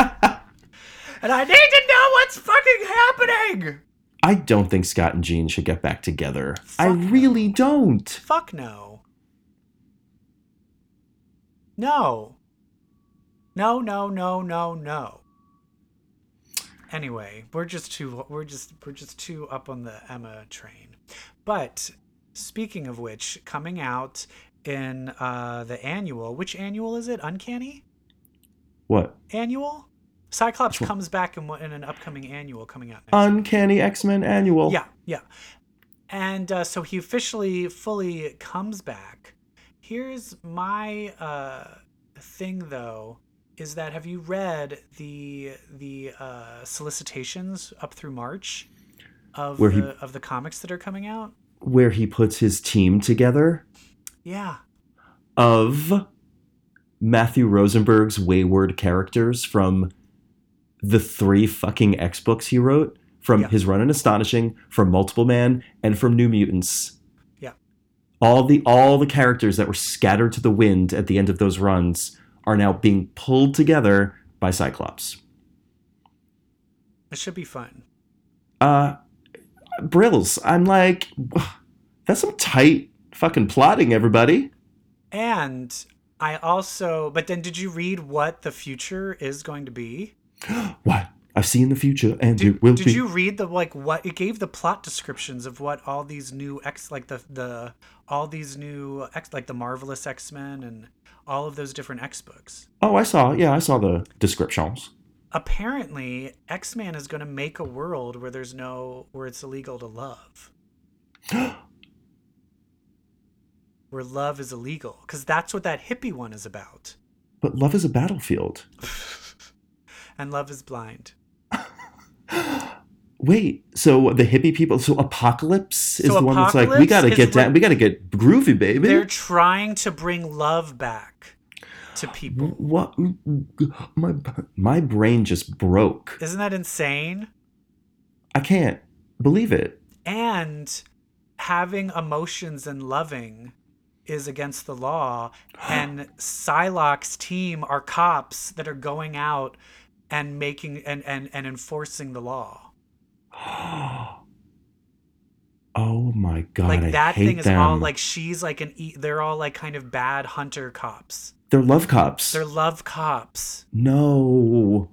Speaker 2: and I need to know what's fucking happening.
Speaker 1: I don't think Scott and Jean should get back together. I
Speaker 2: Fuck no.
Speaker 1: really don't.
Speaker 2: Fuck no. No. No, no, no, no, no. Anyway, we're just too we're just we're just too up on the Emma train. But speaking of which, coming out in uh the annual, which annual is it? Uncanny
Speaker 1: What?
Speaker 2: annual? Cyclops
Speaker 1: Sure.
Speaker 2: comes back in, one- in an upcoming annual coming out
Speaker 1: Uh,
Speaker 2: next
Speaker 1: Uncanny X Men Annual.
Speaker 2: yeah, yeah. And uh, so he officially fully comes back. Here's my uh, thing, though, is that have you read the the uh, solicitations up through March of
Speaker 1: Where
Speaker 2: the
Speaker 1: he-
Speaker 2: of the comics that are coming out?
Speaker 1: Where he puts his team together
Speaker 2: Yeah,
Speaker 1: of Matthew Rosenberg's wayward characters from the three fucking X books he wrote from
Speaker 2: Yeah.
Speaker 1: his run in Astonishing, from Multiple Man, and from New Mutants.
Speaker 2: Yeah.
Speaker 1: All the all the characters that were scattered to the wind at the end of those runs are now being pulled together by Cyclops.
Speaker 2: it should be fun.
Speaker 1: uh brills i'm like that's some tight fucking plotting everybody
Speaker 2: And I also, but then, did you read what the future is going to be?
Speaker 1: what i've seen the future and
Speaker 2: Did,
Speaker 1: it will
Speaker 2: did
Speaker 1: be
Speaker 2: you read the like what it gave the plot descriptions of what all these new X like the the all these new X like the marvelous X Men and all of those different X books.
Speaker 1: oh i saw yeah i saw the descriptions
Speaker 2: Apparently, X Man is going to make a world where there's no where it's illegal to love, where love is illegal, because that's what that hippie one is about,
Speaker 1: but love is a battlefield
Speaker 2: and love is blind.
Speaker 1: wait so the hippie people so apocalypse is
Speaker 2: So
Speaker 1: the one that's like we
Speaker 2: Apocalypse
Speaker 1: gotta
Speaker 2: is
Speaker 1: get
Speaker 2: re-
Speaker 1: down we gotta get groovy
Speaker 2: They're
Speaker 1: baby
Speaker 2: trying to bring love back to people.
Speaker 1: what my my brain just broke
Speaker 2: Isn't that insane?
Speaker 1: i can't believe it
Speaker 2: and having emotions and loving is against the law and Psylocke's team are cops that are going out and making and and, and enforcing the law
Speaker 1: Oh my god! I
Speaker 2: like that
Speaker 1: hate
Speaker 2: thing is
Speaker 1: them.
Speaker 2: all like she's like an e- they're all like kind of bad hunter cops.
Speaker 1: they're love cops.
Speaker 2: They're love cops.
Speaker 1: no.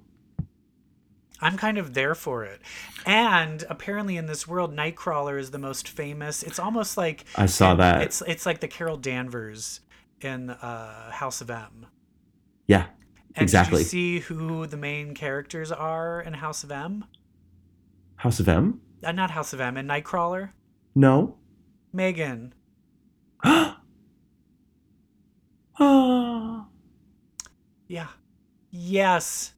Speaker 2: I'm kind of there for it. And apparently in this world, Nightcrawler is the most famous. It's almost like
Speaker 1: I saw that.
Speaker 2: it's it's like the Carol Danvers in uh, House of M.
Speaker 1: yeah.
Speaker 2: And
Speaker 1: Exactly.
Speaker 2: did you see who the main characters are in House of M?
Speaker 1: House of M?
Speaker 2: Uh, not House of M, in Nightcrawler?
Speaker 1: No.
Speaker 2: Megan.
Speaker 1: oh.
Speaker 2: Yeah. Yes.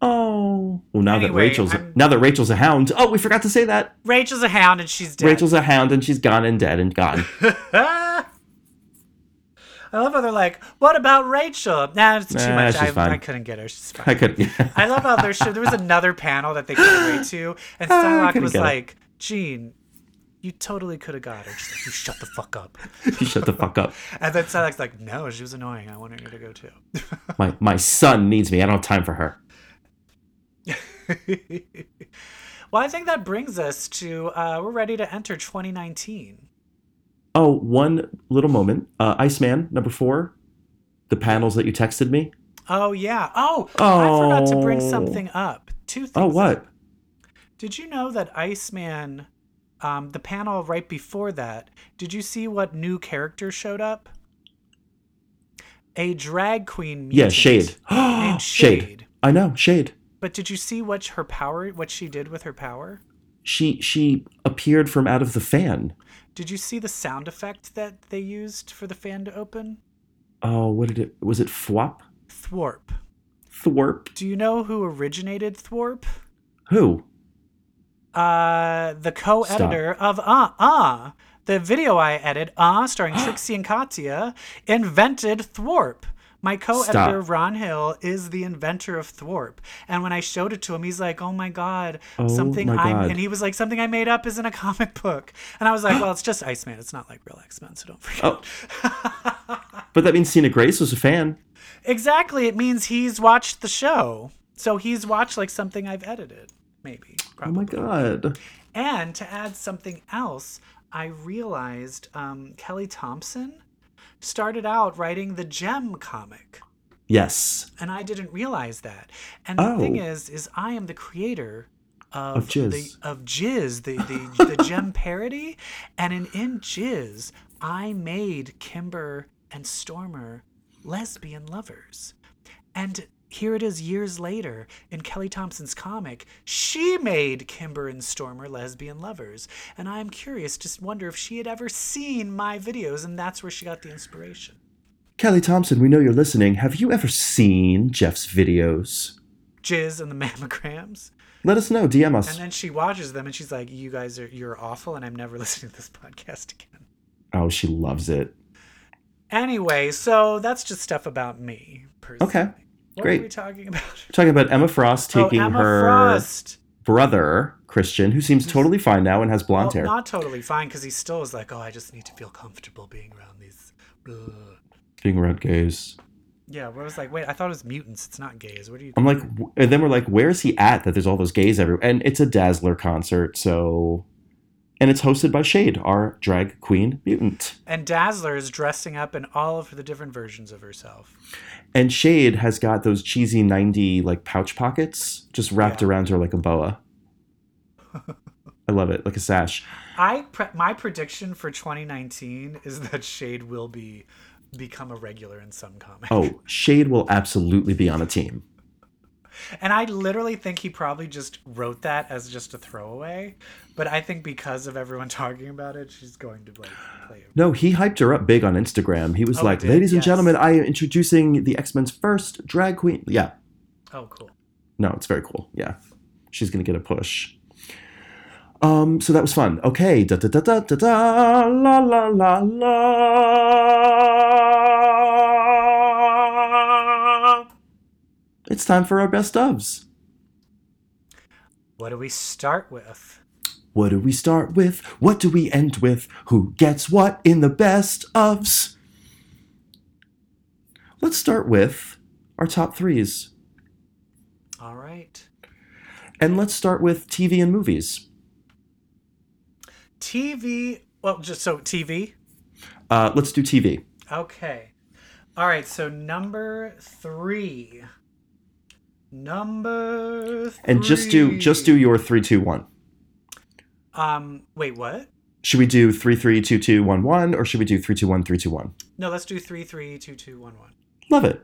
Speaker 1: Oh. Well, now that
Speaker 2: Anyway,
Speaker 1: Rachel's
Speaker 2: I'm-
Speaker 1: now that Rachel's a hound. Oh, we forgot to say that.
Speaker 2: Rachel's a hound and she's dead.
Speaker 1: Rachel's a hound and she's gone and dead and gone.
Speaker 2: I love how they're like, what about Rachel? Nah, it's too
Speaker 1: Nah,
Speaker 2: much.
Speaker 1: she's
Speaker 2: I,
Speaker 1: fine.
Speaker 2: I couldn't get her. She's fine.
Speaker 1: I could.
Speaker 2: I love how there should, there was another panel that they couldn't wait to, and
Speaker 1: Ah, I
Speaker 2: Psylocke
Speaker 1: couldn't
Speaker 2: was
Speaker 1: get it.
Speaker 2: like, "Gene, you totally could have got her." She's like, "You shut the fuck up."
Speaker 1: you shut the fuck up.
Speaker 2: And then Psylocke's like, "No, she was annoying. I wanted her to go
Speaker 1: My my son needs me. I don't have time for her.
Speaker 2: too." well, I think that brings us to uh, we're ready to enter 2019.
Speaker 1: Oh, one little moment. Uh, Iceman number four. The panels that you texted me.
Speaker 2: Oh yeah. Oh, I forgot to bring
Speaker 1: Oh.
Speaker 2: something up. Two things.
Speaker 1: Oh, what?
Speaker 2: up. Did you know that Iceman, um, the panel right before that, did you see what new character showed up? A drag queen.
Speaker 1: Yeah,
Speaker 2: Mutant
Speaker 1: shade.
Speaker 2: named
Speaker 1: shade.
Speaker 2: shade.
Speaker 1: I know shade.
Speaker 2: But did you see what her power, what she did with her power?
Speaker 1: She she appeared from out of the fan.
Speaker 2: Did you see the sound effect that they used for the fan to open?
Speaker 1: Oh, what did it? Was it Thwop?
Speaker 2: Thwarp.
Speaker 1: Thwarp?
Speaker 2: Do you know who originated Thwarp?
Speaker 1: Who?
Speaker 2: Uh, the co-editor of Uh Uh, the video I edit, Uh, starring Trixie and Katya, invented Thwarp. My co-editor
Speaker 1: Stop.
Speaker 2: Ron Hill is the inventor of Thwarp, and when I showed it to him, he's like, "Oh my god,
Speaker 1: Oh
Speaker 2: something
Speaker 1: my
Speaker 2: I
Speaker 1: God.
Speaker 2: and he was like, "Something I made up is in a comic book," and I was like, "Well, it's just Iceman. It's not like real X Men, so don't freak
Speaker 1: Oh. but that means Cena Grace was a fan.
Speaker 2: Exactly. It means he's watched the show, so he's watched like something I've edited, maybe.
Speaker 1: Oh my god.
Speaker 2: And to add something else, I realized um, Kelly Thompson started out writing the Gem comic,
Speaker 1: Yes.
Speaker 2: and I didn't realize that. And the thing
Speaker 1: Oh.
Speaker 2: is, is I am the creator of,
Speaker 1: Of Jizz.
Speaker 2: the of Jizz, the the, the Gem parody, and in, in Jizz, I made Kimber and Stormer lesbian lovers, and. Here it is years later in Kelly Thompson's comic. She made Kimber and Stormer lesbian lovers. And I'm curious, just wonder if she had ever seen my videos, and that's where she got the inspiration.
Speaker 1: Kelly Thompson, we know you're listening. Have you ever seen Jeff's videos?
Speaker 2: Jizz and the mammograms.
Speaker 1: Let us know. DM us.
Speaker 2: And then she watches them and she's like, "You guys are you're awful, and I'm never listening to this podcast again."
Speaker 1: oh, she loves it.
Speaker 2: Anyway, so that's just stuff about me personally.
Speaker 1: Okay,
Speaker 2: what
Speaker 1: great.
Speaker 2: were we talking about?
Speaker 1: Talking about Emma Frost taking
Speaker 2: oh, Emma
Speaker 1: her
Speaker 2: Frost.
Speaker 1: brother, Christian, who seems totally fine now and has blonde
Speaker 2: Well,
Speaker 1: hair.
Speaker 2: not totally fine because he still is like, "Oh, I just need to feel comfortable being around these." Ugh.
Speaker 1: Being around gays.
Speaker 2: Yeah, where I was like, "Wait, I thought it was mutants. It's not gays. What are you?"
Speaker 1: I'm like, w- and then we're like, where is he at that there's all those gays everywhere? And it's a Dazzler concert, so. And it's hosted by Shade, our drag queen mutant.
Speaker 2: And Dazzler is dressing up in all of the different versions of herself.
Speaker 1: And Shade has got those cheesy 90 like pouch pockets just wrapped
Speaker 2: Yeah.
Speaker 1: around her like a boa. I love it, like a sash.
Speaker 2: I pre- my prediction for 2019 is that Shade will be become a regular in some comic.
Speaker 1: Oh, Shade will absolutely be on a team.
Speaker 2: And I literally think he probably just wrote that as just a throwaway, but I think because of everyone talking about it, she's going to like play it.
Speaker 1: No, he hyped her up big on Instagram. He was
Speaker 2: Oh, he
Speaker 1: like,
Speaker 2: did,
Speaker 1: ladies and
Speaker 2: yes.
Speaker 1: gentlemen, I am introducing the X Men's first drag queen. Yeah,
Speaker 2: Oh, cool.
Speaker 1: no, it's very cool. Yeah, she's gonna get a push. Um, so that was fun. Okay, da da da da da da la la la la. It's time for our best ofs.
Speaker 2: What do we start with?
Speaker 1: What do we start with? What do we end with? Who gets what in the best ofs? Let's start with our top threes,
Speaker 2: All right.
Speaker 1: and let's start with TV and movies.
Speaker 2: TV. Well, just so TV.
Speaker 1: Uh, let's do TV.
Speaker 2: Okay. All right. So number three. Number three.
Speaker 1: And just do just do your three two one.
Speaker 2: Um. Wait. What?
Speaker 1: Should we do three three two two one one or should we do three two one three two one?
Speaker 2: No. Let's do three three two two one one.
Speaker 1: Love it.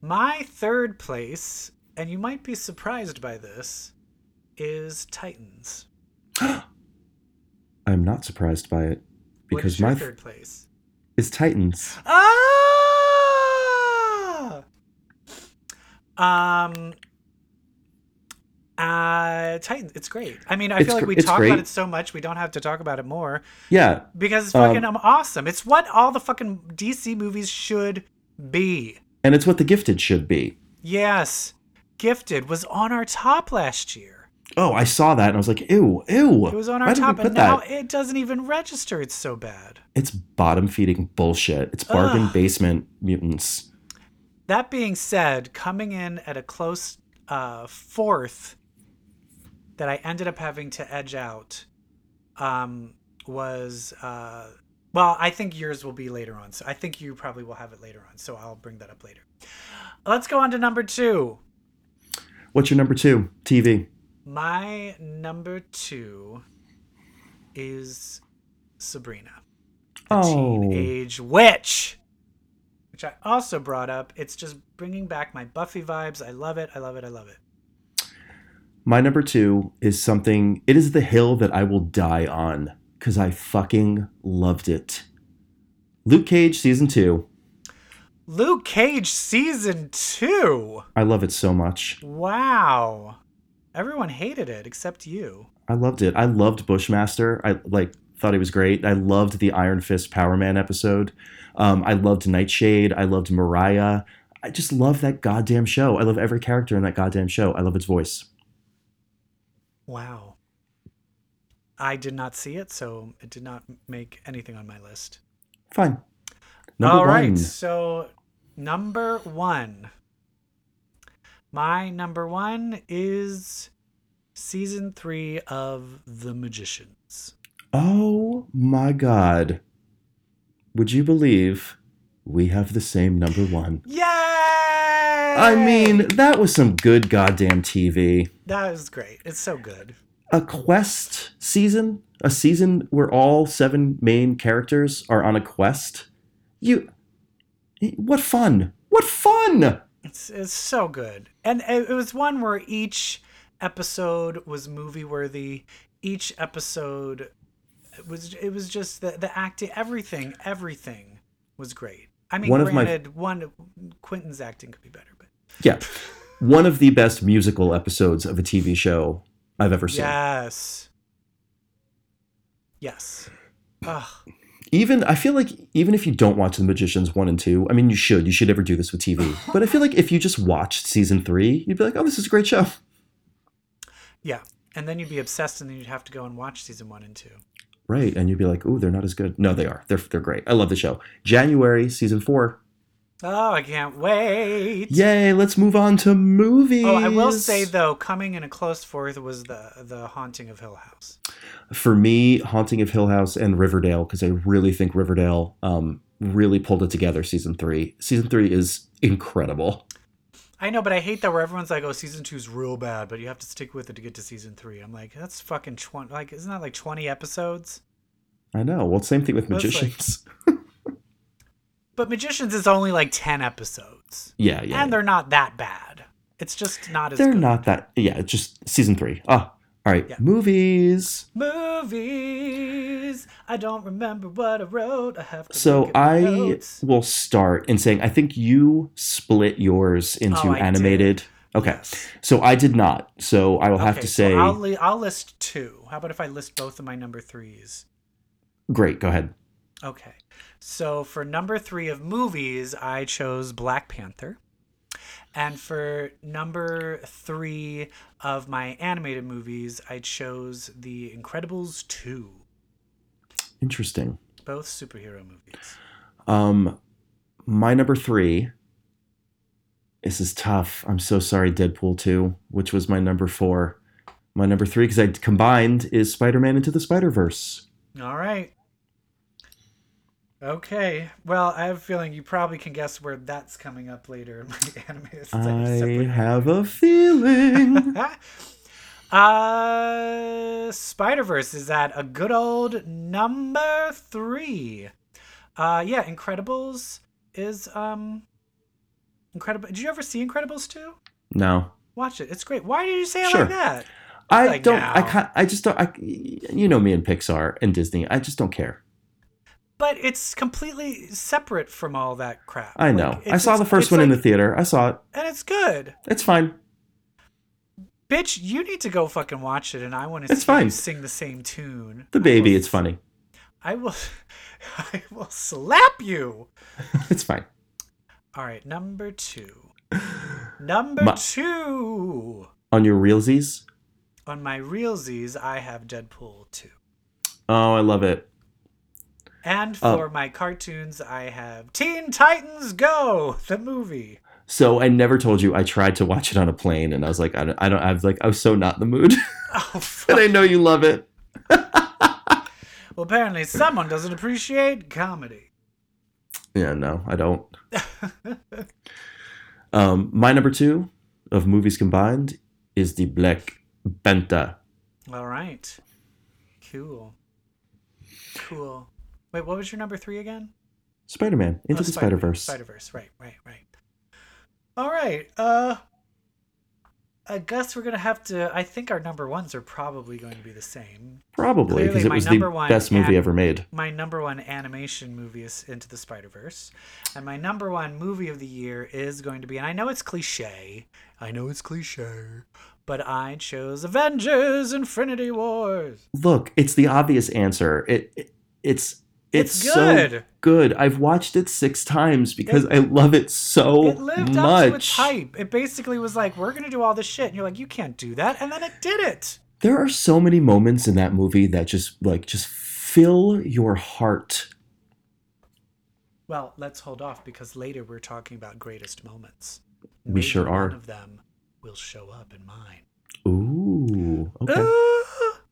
Speaker 2: My third place, and you might be surprised by this, is Titans.
Speaker 1: I'm not surprised by it
Speaker 2: What
Speaker 1: because
Speaker 2: is your
Speaker 1: my th-
Speaker 2: third place.
Speaker 1: is Titans.
Speaker 2: Ah! Um. Uh, Titans. It's great. I mean, I
Speaker 1: It's
Speaker 2: feel like
Speaker 1: gr-
Speaker 2: we
Speaker 1: it's
Speaker 2: talk
Speaker 1: great.
Speaker 2: about it so much, we don't have to talk about it more
Speaker 1: Yeah,
Speaker 2: because it's
Speaker 1: Um,
Speaker 2: fucking um, awesome. It's what all the fucking DC movies should be.
Speaker 1: and it's what the gifted should be.
Speaker 2: Yes, Gifted was on our top last year.
Speaker 1: Oh, I saw that and I was like, ew, ew.
Speaker 2: It was on
Speaker 1: Why
Speaker 2: our
Speaker 1: did we
Speaker 2: top,
Speaker 1: put
Speaker 2: and now
Speaker 1: that?
Speaker 2: it doesn't even register. It's so bad.
Speaker 1: It's bottom feeding bullshit. It's bargain
Speaker 2: Ugh.
Speaker 1: basement mutants.
Speaker 2: That being said, coming in at a close uh, fourth that I ended up having to edge out um, was, uh, well, I think yours will be later on. So I think you probably will have it later on. So I'll bring that up later. Let's go on to number two.
Speaker 1: What's your number two? TV.
Speaker 2: My number two is Sabrina, the
Speaker 1: Oh.
Speaker 2: teenage witch, which I also brought up. It's just bringing back my Buffy vibes. I love it. I love it. I love it.
Speaker 1: My number two is something, it is the hill that I will die on because I fucking loved it. Luke Cage season two.
Speaker 2: Luke Cage season two.
Speaker 1: I love it so much.
Speaker 2: Wow. Everyone hated it except you.
Speaker 1: I loved it. I loved Bushmaster. I like thought he was great. I loved the Iron Fist Power Man episode. Um, I loved Nightshade. I loved Mariah. I just love that goddamn show. I love every character in that goddamn show. I love its voice.
Speaker 2: Wow. I did not see it, so it did not make anything on my list.
Speaker 1: Fine. Number
Speaker 2: All right,
Speaker 1: one.
Speaker 2: so number one. My number one is season three of The Magicians.
Speaker 1: Oh my god. Would you believe we have the same number one?
Speaker 2: Yay!
Speaker 1: I
Speaker 2: I
Speaker 1: mean, that was some good goddamn TV.
Speaker 2: that is great. It's so good.
Speaker 1: a quest season, a season where all seven main characters are on a quest. You, what fun! What fun!
Speaker 2: It's, it's so good. And it, it was one where each episode was movie worthy. Each episode was it was just the the acting everything everything was great. I mean
Speaker 1: One of my-
Speaker 2: granted one Quentin's acting could be better but
Speaker 1: Yeah, one of the best musical episodes of a TV show I've ever seen.
Speaker 2: Yes. Yes. Ugh.
Speaker 1: Even I feel like even if you don't watch The Magicians one and two, I mean, you should. You should never do this with TV. But I feel like if you just watched season three, you'd be like, oh, this is a great show.
Speaker 2: Yeah. And then you'd be obsessed and then you'd have to go and watch season 1 and 2.
Speaker 1: Right, and you'd be like, "Ooh, they're not as good." No, they are. They're they're great. I love the show. January season four,
Speaker 2: Oh, I can't wait.
Speaker 1: Yay, let's move on to movies.
Speaker 2: Oh, I will say though, coming in a close fourth was the the haunting of Hill House.
Speaker 1: For me, Haunting of Hill House and Riverdale, because I really think Riverdale um, really pulled it together season three. Season three is incredible.
Speaker 2: I know, but I hate that where everyone's like, "Oh, season two's real bad, but you have to stick with it to get to season three. I'm like, that's fucking twenty. Like, isn't that like twenty episodes?
Speaker 1: I know. Well, same thing with
Speaker 2: That's like-
Speaker 1: Magicians.
Speaker 2: But Magicians is only like ten episodes,
Speaker 1: yeah, yeah.
Speaker 2: and they're not that bad. It's just not as
Speaker 1: they're
Speaker 2: good.
Speaker 1: not that. Yeah, it's just season three. Oh, all right.
Speaker 2: Yeah.
Speaker 1: Movies.
Speaker 2: movies. I don't remember what I wrote. I have to.
Speaker 1: So
Speaker 2: look at my
Speaker 1: I
Speaker 2: notes.
Speaker 1: will start in saying I think you split yours into
Speaker 2: Oh, I did.
Speaker 1: animated. Okay.
Speaker 2: Yes.
Speaker 1: So I did not. So I will have
Speaker 2: Okay,
Speaker 1: to
Speaker 2: so
Speaker 1: say.
Speaker 2: I'll, li- I'll list two. How about if I list both of my number threes?
Speaker 1: Great. Go ahead.
Speaker 2: Okay. So for number three of movies, I chose Black Panther. And for number three of my animated movies, I chose The Incredibles 2,
Speaker 1: Interesting.
Speaker 2: both superhero movies.
Speaker 1: Um, my number three. This is tough. I'm so sorry, Deadpool two, which was my number four. My number three, because I combined, is Spider Man Into the Spider Verse.
Speaker 2: All right. Okay. Well, I have a feeling you probably can guess where that's coming up later in my anime.
Speaker 1: I have a feeling.
Speaker 2: uh, Spider Verse is at a good old number three. Uh, yeah, Incredibles is um, Incredible. Did you ever see Incredibles two?
Speaker 1: no,
Speaker 2: Watch it. It's great. Why did you say it
Speaker 1: Sure.
Speaker 2: like that?
Speaker 1: I
Speaker 2: Like
Speaker 1: don't.
Speaker 2: now.
Speaker 1: I can't. I just don't. I, you know me and Pixar and Disney. I just don't care.
Speaker 2: But it's completely separate from all that crap.
Speaker 1: I know.
Speaker 2: Like,
Speaker 1: I
Speaker 2: it's-
Speaker 1: saw the
Speaker 2: it's-
Speaker 1: first
Speaker 2: it's
Speaker 1: one in the
Speaker 2: like-
Speaker 1: theater. I saw it.
Speaker 2: and it's good.
Speaker 1: It's fine.
Speaker 2: Bitch, you need to go fucking watch it, and I want to
Speaker 1: It's
Speaker 2: see
Speaker 1: fine.
Speaker 2: you sing the same tune.
Speaker 1: The baby. It's funny.
Speaker 2: I will, I will slap you.
Speaker 1: It's fine.
Speaker 2: All right, number two. Number
Speaker 1: My-
Speaker 2: two
Speaker 1: On your realsies.
Speaker 2: on my realsies, I have Deadpool two,
Speaker 1: Oh, I love it.
Speaker 2: and
Speaker 1: Oh.
Speaker 2: for my cartoons, I have Teen Titans Go, the movie.
Speaker 1: So I never told you I tried to watch it on a plane, and I was like, I don't. I, don't, I was like, I was so not in the mood.
Speaker 2: Oh,
Speaker 1: and
Speaker 2: fuck.
Speaker 1: I know you love it.
Speaker 2: well, apparently someone doesn't appreciate comedy.
Speaker 1: Yeah, no, I don't. um, my number two of movies combined is the Black Panther.
Speaker 2: All right, cool, cool. Wait, what was your number three again?
Speaker 1: Spider Man into the
Speaker 2: Oh,
Speaker 1: Spider
Speaker 2: Spider-Man,
Speaker 1: Verse.
Speaker 2: Spider-Verse, right, right, right. All right. Uh I guess we're going to have to I think our number ones are probably going to be the same.
Speaker 1: Probably
Speaker 2: Clearly
Speaker 1: because it
Speaker 2: my
Speaker 1: was the
Speaker 2: number one
Speaker 1: best movie
Speaker 2: and-
Speaker 1: ever made.
Speaker 2: My number one animation movie is Into the Spider-Verse, and my number one movie of the year is going to be and I know it's cliché. I know it's cliché, but I chose Avengers Infinity Wars.
Speaker 1: Look, it's the obvious answer. It, it- it's it's, so
Speaker 2: It's good.
Speaker 1: good. I've watched it six times because I love it so
Speaker 2: it lived
Speaker 1: Oh, much.
Speaker 2: up to its hype. It basically was like, we're going to do all this shit. And you're like, you can't do that. And then it did it.
Speaker 1: There are so many moments in that movie that just like just fill your heart.
Speaker 2: Well, let's hold off because later we're talking about greatest moments.
Speaker 1: We sure are.
Speaker 2: One of them will show up in mine.
Speaker 1: Ooh. Okay.
Speaker 2: Ah!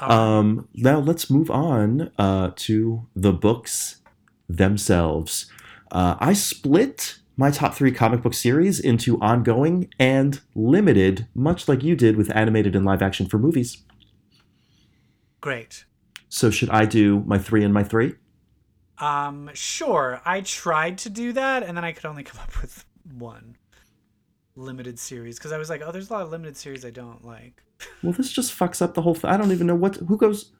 Speaker 2: All right.
Speaker 1: Um, now let's move on uh, to the books themselves. Uh, I split my top three comic book series into ongoing and limited, much like you did with animated and live action for movies.
Speaker 2: Great.
Speaker 1: So should I do my three and my three?
Speaker 2: Um, sure. I tried to do that, and then I could only come up with one limited series because I was like, oh, there's a lot of limited series I don't like.
Speaker 1: Well, this just fucks up the whole. Th- I don't even know what who goes.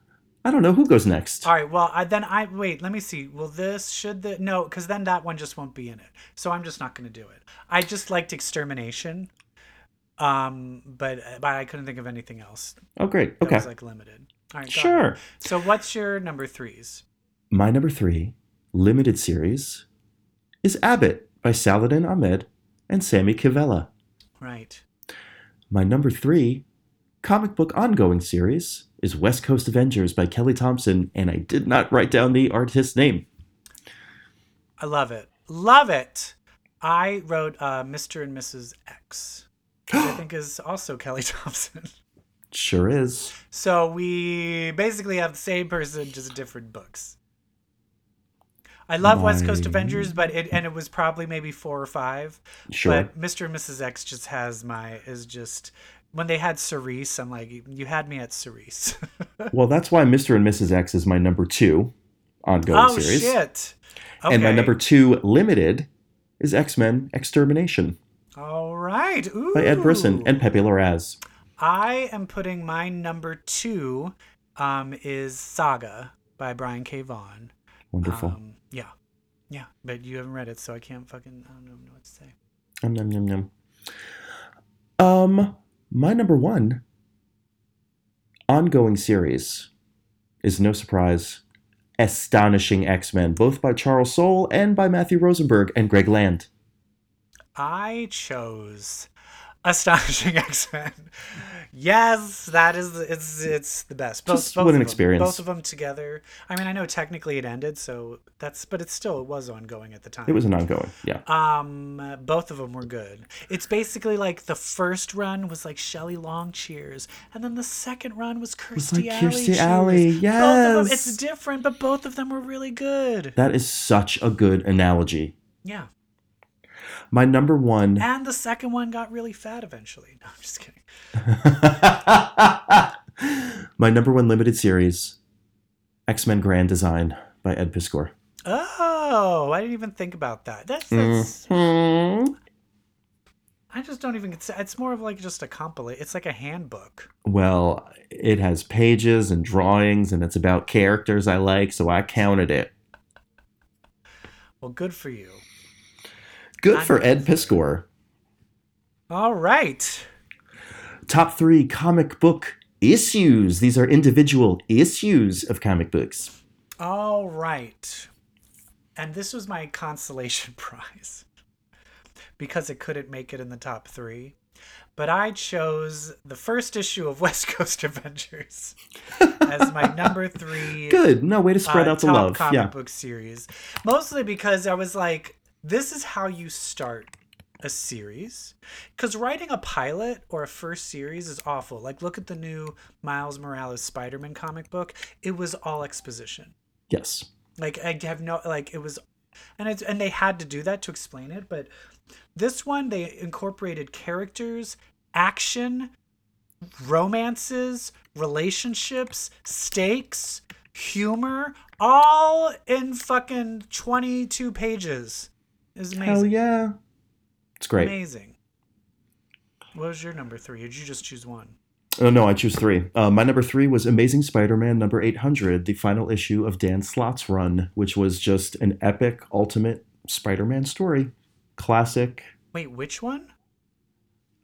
Speaker 1: I don't know who goes next.
Speaker 2: All right. Well, I, then I wait. Let me see. Will this should the no? Because then that one just won't be in it. So I'm just not going to do it. I just liked extermination, um, but but I couldn't think of anything else.
Speaker 1: Oh, great.
Speaker 2: That
Speaker 1: Okay,
Speaker 2: was like limited. All right. go ahead.
Speaker 1: sure.
Speaker 2: So what's your number threes?
Speaker 1: My number three limited series is Abbott by Saladin Ahmed and Sammy Cavella.
Speaker 2: Right.
Speaker 1: My number three comic book ongoing series is West Coast Avengers by Kelly Thompson, and I did not write down the artist's name.
Speaker 2: I love it. Love it. I wrote uh, Mr. and Mrs. X, which I think is also Kelly Thompson.
Speaker 1: Sure is.
Speaker 2: So we basically have the same person, just different books. I love West Coast
Speaker 1: My-
Speaker 2: Avengers, but it and it was probably maybe four or five.
Speaker 1: Sure.
Speaker 2: But Mr. and Mrs. X just has my is just when they had Cerise, I'm like, you had me at Cerise.
Speaker 1: well, that's why Mr. and Mrs. X is my number two ongoing
Speaker 2: oh
Speaker 1: series.
Speaker 2: shit!
Speaker 1: And my
Speaker 2: Okay.
Speaker 1: number two limited is X Men Extermination
Speaker 2: All right. Ooh.
Speaker 1: by Ed Brisson and Pepe Larraz.
Speaker 2: I am putting my number two um, is Saga by Brian K. Vaughan.
Speaker 1: Wonderful.
Speaker 2: Um, yeah. Yeah. But you haven't read it, so I can't fucking, I don't know what to say.
Speaker 1: Nom, nom, nom, nom. Um, my number one ongoing series is no surprise Astonishing X Men, both by Charles Soule and by Matthew Rosenberg and Greg Land.
Speaker 2: I chose astonishing accent. Yes, that is it's it's the best. Both,
Speaker 1: Just
Speaker 2: both
Speaker 1: what an
Speaker 2: of them-
Speaker 1: experience.
Speaker 2: Both of them together. I mean, I know technically it ended, so that's but it still was ongoing at the time.
Speaker 1: It was an ongoing. Yeah.
Speaker 2: Um, both of them were good. It's basically like the first run was like Shelley Long cheers, and then the second run was Kirstie
Speaker 1: like
Speaker 2: Alley.
Speaker 1: Kirstie
Speaker 2: cheers.
Speaker 1: Alley,
Speaker 2: both of them.
Speaker 1: yes.
Speaker 2: It's different, but both of them were really good.
Speaker 1: That is such a good analogy.
Speaker 2: Yeah,
Speaker 1: My number one.
Speaker 2: and the second one got really fat eventually. No, I'm just kidding.
Speaker 1: my number one limited series, X Men Grand Design by Ed Piskor.
Speaker 2: Oh, I didn't even think about that. That's,
Speaker 1: Mm.
Speaker 2: that's I just don't even. consi- It's more of like just a compilate. It's like a handbook.
Speaker 1: Well, it has pages and drawings, and it's about characters I like, so I counted it.
Speaker 2: Well, good for you.
Speaker 1: Good for Ed Piskor.
Speaker 2: All right.
Speaker 1: Top three comic book issues. These are individual issues of comic books.
Speaker 2: All right. And this was my consolation prize because it couldn't make it in the top three. But I chose the first issue of West Coast Avengers as my number three
Speaker 1: Good. No way to spread
Speaker 2: uh,
Speaker 1: out the
Speaker 2: top
Speaker 1: love.
Speaker 2: comic
Speaker 1: Yeah.
Speaker 2: book series. Mostly because I was like, this is how you start a series. Because writing a pilot or a first series is awful. Like, look at the new Miles Morales Spider Man comic book, it was all exposition.
Speaker 1: Yes.
Speaker 2: Like I have no like it was, and it's and they had to do that to explain it. But this one they incorporated characters, action, romances, relationships, stakes, humor, all in fucking twenty two pages. It was amazing.
Speaker 1: Hell yeah. It's great.
Speaker 2: Amazing. What was your number three? Or did you just choose one?
Speaker 1: Oh, no, I choose three. Uh, my number three was Amazing Spider Man number 800, the final issue of Dan Slott's run, which was just an epic, ultimate Spider Man story. Classic
Speaker 2: Wait, which one?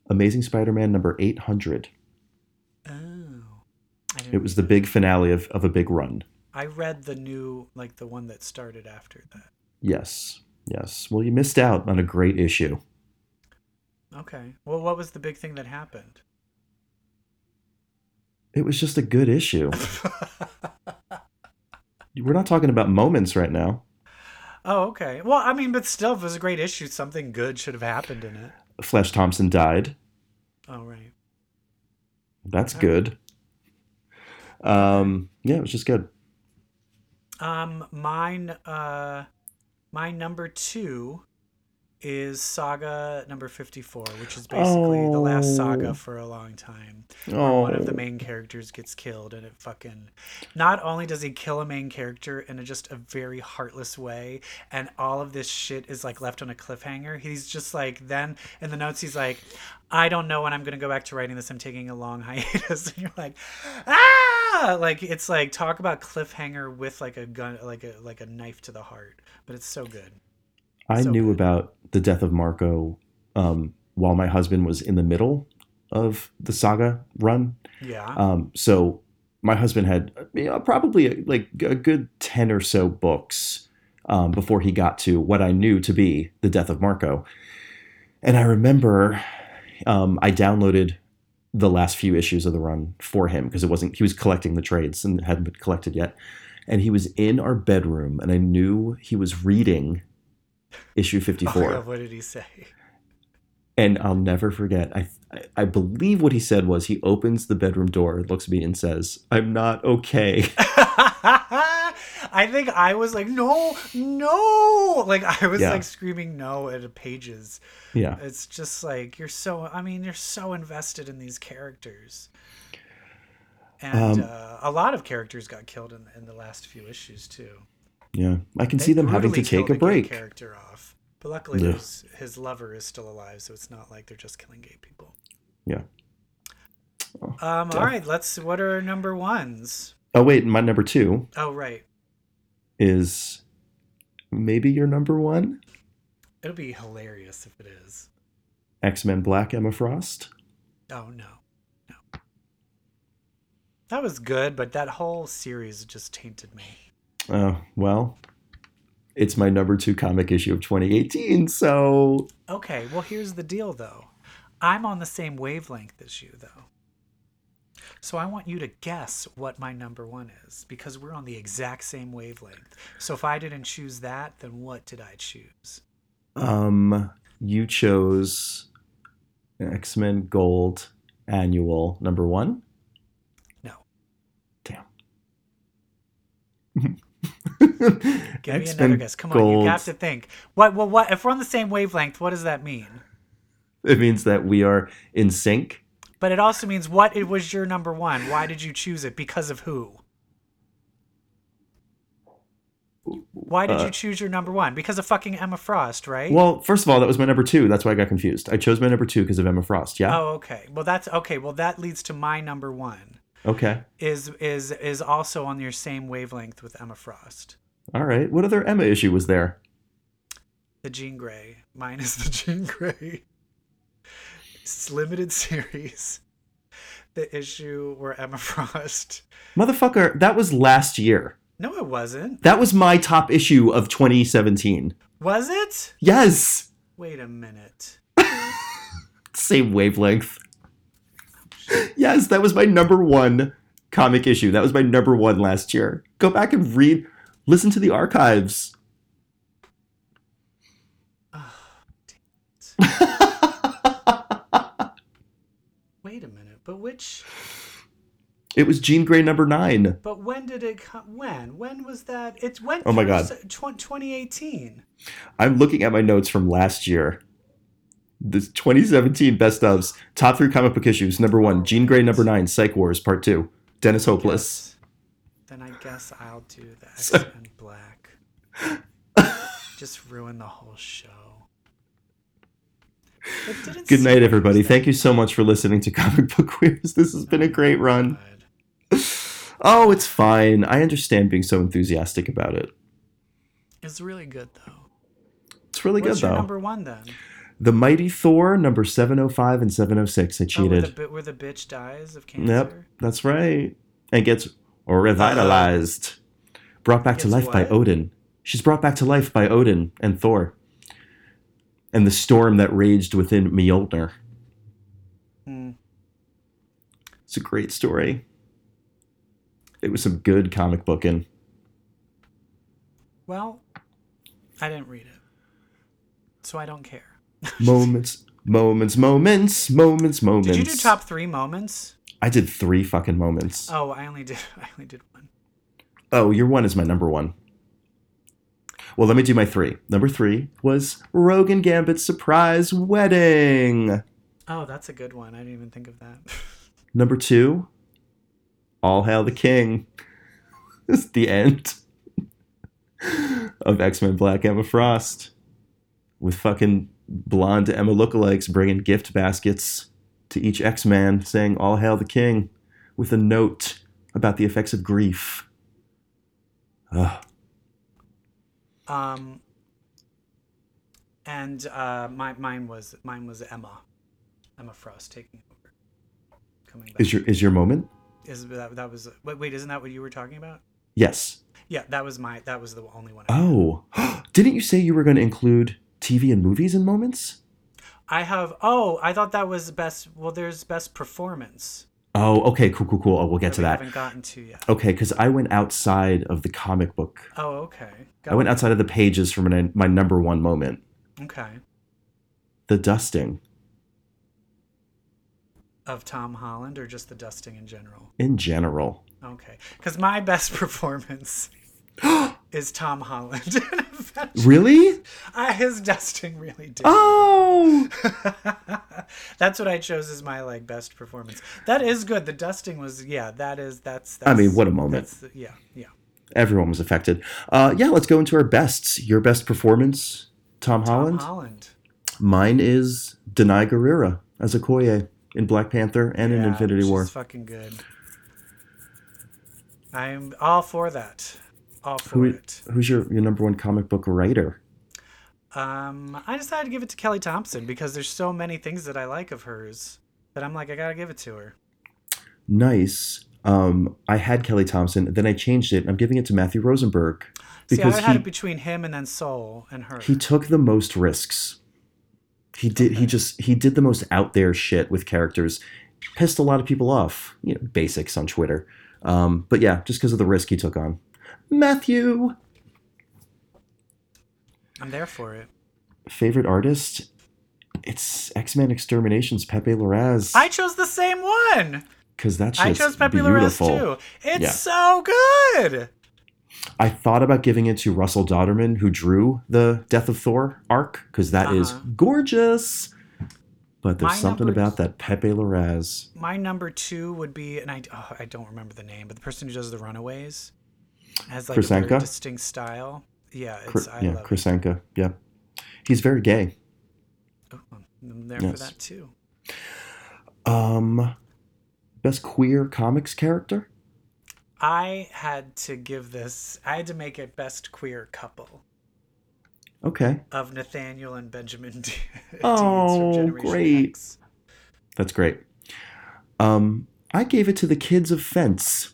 Speaker 1: Amazing Spider Man number 800.
Speaker 2: Oh, I didn't
Speaker 1: It was the big finale of, of a big run.
Speaker 2: I read the new like the one that started after that.
Speaker 1: Yes, yes. Well, you missed out on a great issue.
Speaker 2: Okay. Well, what was the big thing that happened?
Speaker 1: It was just a good issue. We're not talking about moments right now.
Speaker 2: Oh, okay. Well, I mean, but still, if it was a great issue, something good should have happened in it.
Speaker 1: Flash Thompson died.
Speaker 2: All right.
Speaker 1: That's good. Um, yeah, it was just good.
Speaker 2: Um, mine, uh, my number two is Saga number 54, which is basically the last
Speaker 1: Oh.
Speaker 2: saga for a long time.
Speaker 1: Oh,
Speaker 2: One of the main characters gets killed, and it fucking. Not only does he kill a main character in a, just a very heartless way, and all of this shit is like left on a cliffhanger. He's just like, then in the notes, he's like, I don't know when I'm going to go back to writing this. I'm taking a long hiatus. And you're like, ah! Like, it's like, talk about cliffhanger with like a gun, like a, like a knife to the heart. But it's so good.
Speaker 1: I
Speaker 2: so
Speaker 1: knew
Speaker 2: good.
Speaker 1: about the death of Marco um, while my husband was in the middle of the saga run.
Speaker 2: Yeah.
Speaker 1: Um, so my husband had you know, probably like a good 10 or so books um, before he got to what I knew to be the death of Marco. And I remember um, I downloaded the last few issues of the run for him because it wasn't, he was collecting the trades and it hadn't been collected yet. And he was in our bedroom and I knew he was reading issue
Speaker 2: Oh
Speaker 1: 54
Speaker 2: my God, what did he say?
Speaker 1: and I'll never forget. I I believe what he said was he opens the bedroom door, looks at me, and says, "I'm not okay."
Speaker 2: I think I was like, no, no. Like I was
Speaker 1: Yeah.
Speaker 2: like screaming no at pages.
Speaker 1: yeah,
Speaker 2: It's just like you're so I mean, you're so invested in these characters. And
Speaker 1: Um,
Speaker 2: uh, a lot of characters got killed in, in the last few issues too.
Speaker 1: yeah. I can
Speaker 2: They
Speaker 1: see them having to
Speaker 2: brutally
Speaker 1: take
Speaker 2: killed
Speaker 1: a
Speaker 2: gay
Speaker 1: break.
Speaker 2: character off. But luckily
Speaker 1: Yeah.
Speaker 2: there's- his lover is still alive, so it's not like they're just killing gay people.
Speaker 1: Yeah.
Speaker 2: Um,
Speaker 1: yeah.
Speaker 2: all right, let's what are our number ones?
Speaker 1: Oh wait, my number two
Speaker 2: Oh right.
Speaker 1: is maybe your number one.
Speaker 2: It'll be hilarious if it is.
Speaker 1: X Men Black Emma Frost.
Speaker 2: Oh no, no. That was good, but that whole series just tainted me.
Speaker 1: Oh well, it's my number two comic issue of 2018. So
Speaker 2: Okay, well here's the deal though. I'm on the same wavelength as you, though. So I want you to guess what my number one is because we're on the exact same wavelength. So if I didn't choose that, then what did I choose?
Speaker 1: Um, you chose X Men Gold Annual number one.
Speaker 2: No.
Speaker 1: Damn.
Speaker 2: Give me another guess. Come on, you have to think. What? Well, what? If we're on the same wavelength, what does that mean?
Speaker 1: It means that we are in sync.
Speaker 2: But it also means what? It was your number one. Why did you choose it? Because of who? Why did
Speaker 1: Uh,
Speaker 2: you choose your number one? Because of fucking Emma Frost, right?
Speaker 1: Well, first of all, that was my number two. That's why I got confused. I chose my number two because of Emma Frost. Yeah.
Speaker 2: Oh, okay. Well, that's okay. Well, that leads to my number one.
Speaker 1: Okay.
Speaker 2: Is is is also on your same wavelength with Emma Frost.
Speaker 1: All right. What other Emma issue was there?
Speaker 2: The Jean Grey. Mine is the Jean Grey. It's limited series. The issue where Emma Frost.
Speaker 1: Motherfucker, that was last year.
Speaker 2: No, it wasn't.
Speaker 1: That was my top issue of 2017.
Speaker 2: Was it?
Speaker 1: Yes.
Speaker 2: Wait a minute.
Speaker 1: Same wavelength. yes, that was my number one comic issue. That was my number one last year. Go back and read, listen to the archives.
Speaker 2: Wait a minute. But which?
Speaker 1: It was Jean Grey number nine.
Speaker 2: But when did it come? When? When was that? It's when?
Speaker 1: Oh my God.
Speaker 2: Twenty eighteen.
Speaker 1: I'm looking at my notes from last year. This 2017 best ofs, top three comic book issues. Number one, Jean Grey. Number nine, Psych Wars Part Two. Dennis Hopeless.
Speaker 2: Then I guess I'll do the X
Speaker 1: So-
Speaker 2: Men Black. Just ruin the whole show. It didn't
Speaker 1: Good
Speaker 2: seem
Speaker 1: night,
Speaker 2: like it
Speaker 1: everybody.
Speaker 2: was
Speaker 1: Thank
Speaker 2: that
Speaker 1: you so much for listening to Comic Book Queers. This has been a great run.
Speaker 2: bad.
Speaker 1: Oh, it's fine. I understand being so enthusiastic about it.
Speaker 2: It's really good though.
Speaker 1: It's really
Speaker 2: What's
Speaker 1: good
Speaker 2: your
Speaker 1: though.
Speaker 2: number one then? Oh,
Speaker 1: The Mighty Thor, number 705 and 706. I
Speaker 2: Oh, where, the,
Speaker 1: cheated.
Speaker 2: bi- where the bitch dies of cancer.
Speaker 1: yep, that's right. And gets revitalized. Brought back to
Speaker 2: Gets
Speaker 1: life by
Speaker 2: what?
Speaker 1: Odin. She's brought back to life by Odin and Thor. And the storm that raged within Mjolnir.
Speaker 2: Hmm.
Speaker 1: It's a great story. It was some good comic booking.
Speaker 2: Well, I didn't read it, so I don't care.
Speaker 1: Moments, moments, moments, moments, moments.
Speaker 2: Did you do top three moments?
Speaker 1: I did three fucking moments.
Speaker 2: Oh, I only did. I only did one.
Speaker 1: Oh, your one is my number one. Well, let me do my three. Number three was Rogan Gambit's surprise wedding.
Speaker 2: Oh, that's a good one. I didn't even think of that.
Speaker 1: Number two, All Hail the King. It's the end of X Men Black Emma Frost with fucking blonde Emma lookalikes bringing gift baskets to each X Man saying All Hail the King with a note about the effects of grief. Ugh.
Speaker 2: Um, and uh, my mine was mine was Emma, Emma Frost taking over, coming back.
Speaker 1: Is your is your moment?
Speaker 2: Is that that was wait, wait isn't that what you were talking about?
Speaker 1: Yes.
Speaker 2: Yeah, that was my that was the only one. I, had.
Speaker 1: Oh, didn't you say you were going to include TV and movies in moments?
Speaker 2: I have. Oh, I thought that was best. Well, there's best performance.
Speaker 1: Oh, okay, cool, cool, cool. Oh, we'll get to
Speaker 2: we
Speaker 1: that.
Speaker 2: Haven't gotten to yet.
Speaker 1: Okay, because I went outside of the comic book.
Speaker 2: Oh, okay.
Speaker 1: I went outside of the pages for my, my number one moment,
Speaker 2: Okay.
Speaker 1: the dusting
Speaker 2: Of Tom Holland or just the dusting in general?
Speaker 1: in general.
Speaker 2: Okay. Because my best performance is Tom Holland.
Speaker 1: Really?
Speaker 2: Uh, his dusting really did.
Speaker 1: Oh,
Speaker 2: that's what I chose as my like best performance. That is good. The dusting was yeah. That is that's. that's
Speaker 1: I mean, what a moment.
Speaker 2: that's- yeah, yeah.
Speaker 1: everyone was affected. Uh, yeah, let's go into our bests. Your best performance, Tom Holland.
Speaker 2: Tom Holland.
Speaker 1: Mine is Denai Guerrera as Okoye in Black Panther and in
Speaker 2: Yeah,
Speaker 1: Infinity
Speaker 2: she's
Speaker 1: War.
Speaker 2: Fucking good. I'm all for that. All for
Speaker 1: Who-
Speaker 2: it.
Speaker 1: Who's your, your number one comic book writer?
Speaker 2: Um, I decided to give it to Kelly Thompson because there's so many things that I like of hers that I'm like I gotta give it to her.
Speaker 1: nice. Um, I had Kelly Thompson, then I changed it. and I'm giving it to Matthew Rosenberg
Speaker 2: See, I
Speaker 1: because
Speaker 2: had it
Speaker 1: he,
Speaker 2: between him and then Soul and her.
Speaker 1: he took the most risks. He did. He just he did the most out there shit with characters, pissed a lot of people off. You know, basics on Twitter. Um, but yeah, just because of the risk he took on. Matthew,
Speaker 2: I'm there for it.
Speaker 1: favorite artist. It's X Men Exterminations Pepe Larraz.
Speaker 2: I chose the same one.
Speaker 1: Because that shit's
Speaker 2: I chose Pepe Larraz
Speaker 1: beautiful.
Speaker 2: too. It's
Speaker 1: Yeah.
Speaker 2: so good.
Speaker 1: I thought about giving it to Russell Dodderman, who drew the Death of Thor arc, because that is
Speaker 2: Uh-huh.
Speaker 1: gorgeous. But there's
Speaker 2: My
Speaker 1: something
Speaker 2: numbers-
Speaker 1: about that Pepe Larraz.
Speaker 2: My number two would be, and I, oh, I don't remember the name, but the person who does the Runaways has like a
Speaker 1: Krisenka?
Speaker 2: very distinct style. Yeah,
Speaker 1: Cr-
Speaker 2: it's I
Speaker 1: yeah,
Speaker 2: love. it.
Speaker 1: Krasenka. Yeah. He's very gay.
Speaker 2: Oh, I'm there for
Speaker 1: Yes.
Speaker 2: that too.
Speaker 1: Um, best queer comics character?
Speaker 2: I had to give this. I had to make it best queer couple
Speaker 1: Okay.
Speaker 2: of Nathaniel and Benjamin. D-
Speaker 1: Oh,
Speaker 2: Deeds from Generation
Speaker 1: great.
Speaker 2: X.
Speaker 1: That's great. Um, I gave it to the kids of Fence.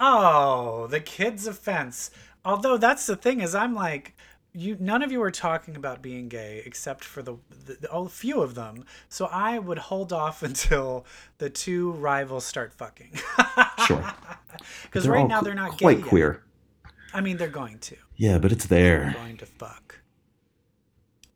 Speaker 2: Oh, the kids' offense. Although that's the thing is, I'm like, you. None of you are talking about being gay except for the, the, the oh, few of them. So I would hold off until the two rivals start fucking.
Speaker 1: Sure.
Speaker 2: Because
Speaker 1: They're
Speaker 2: right
Speaker 1: all
Speaker 2: now
Speaker 1: qu-
Speaker 2: they're not
Speaker 1: quite
Speaker 2: gay yet.
Speaker 1: queer.
Speaker 2: I mean, they're going to.
Speaker 1: Yeah, but it's
Speaker 2: They're
Speaker 1: there.
Speaker 2: going to fuck.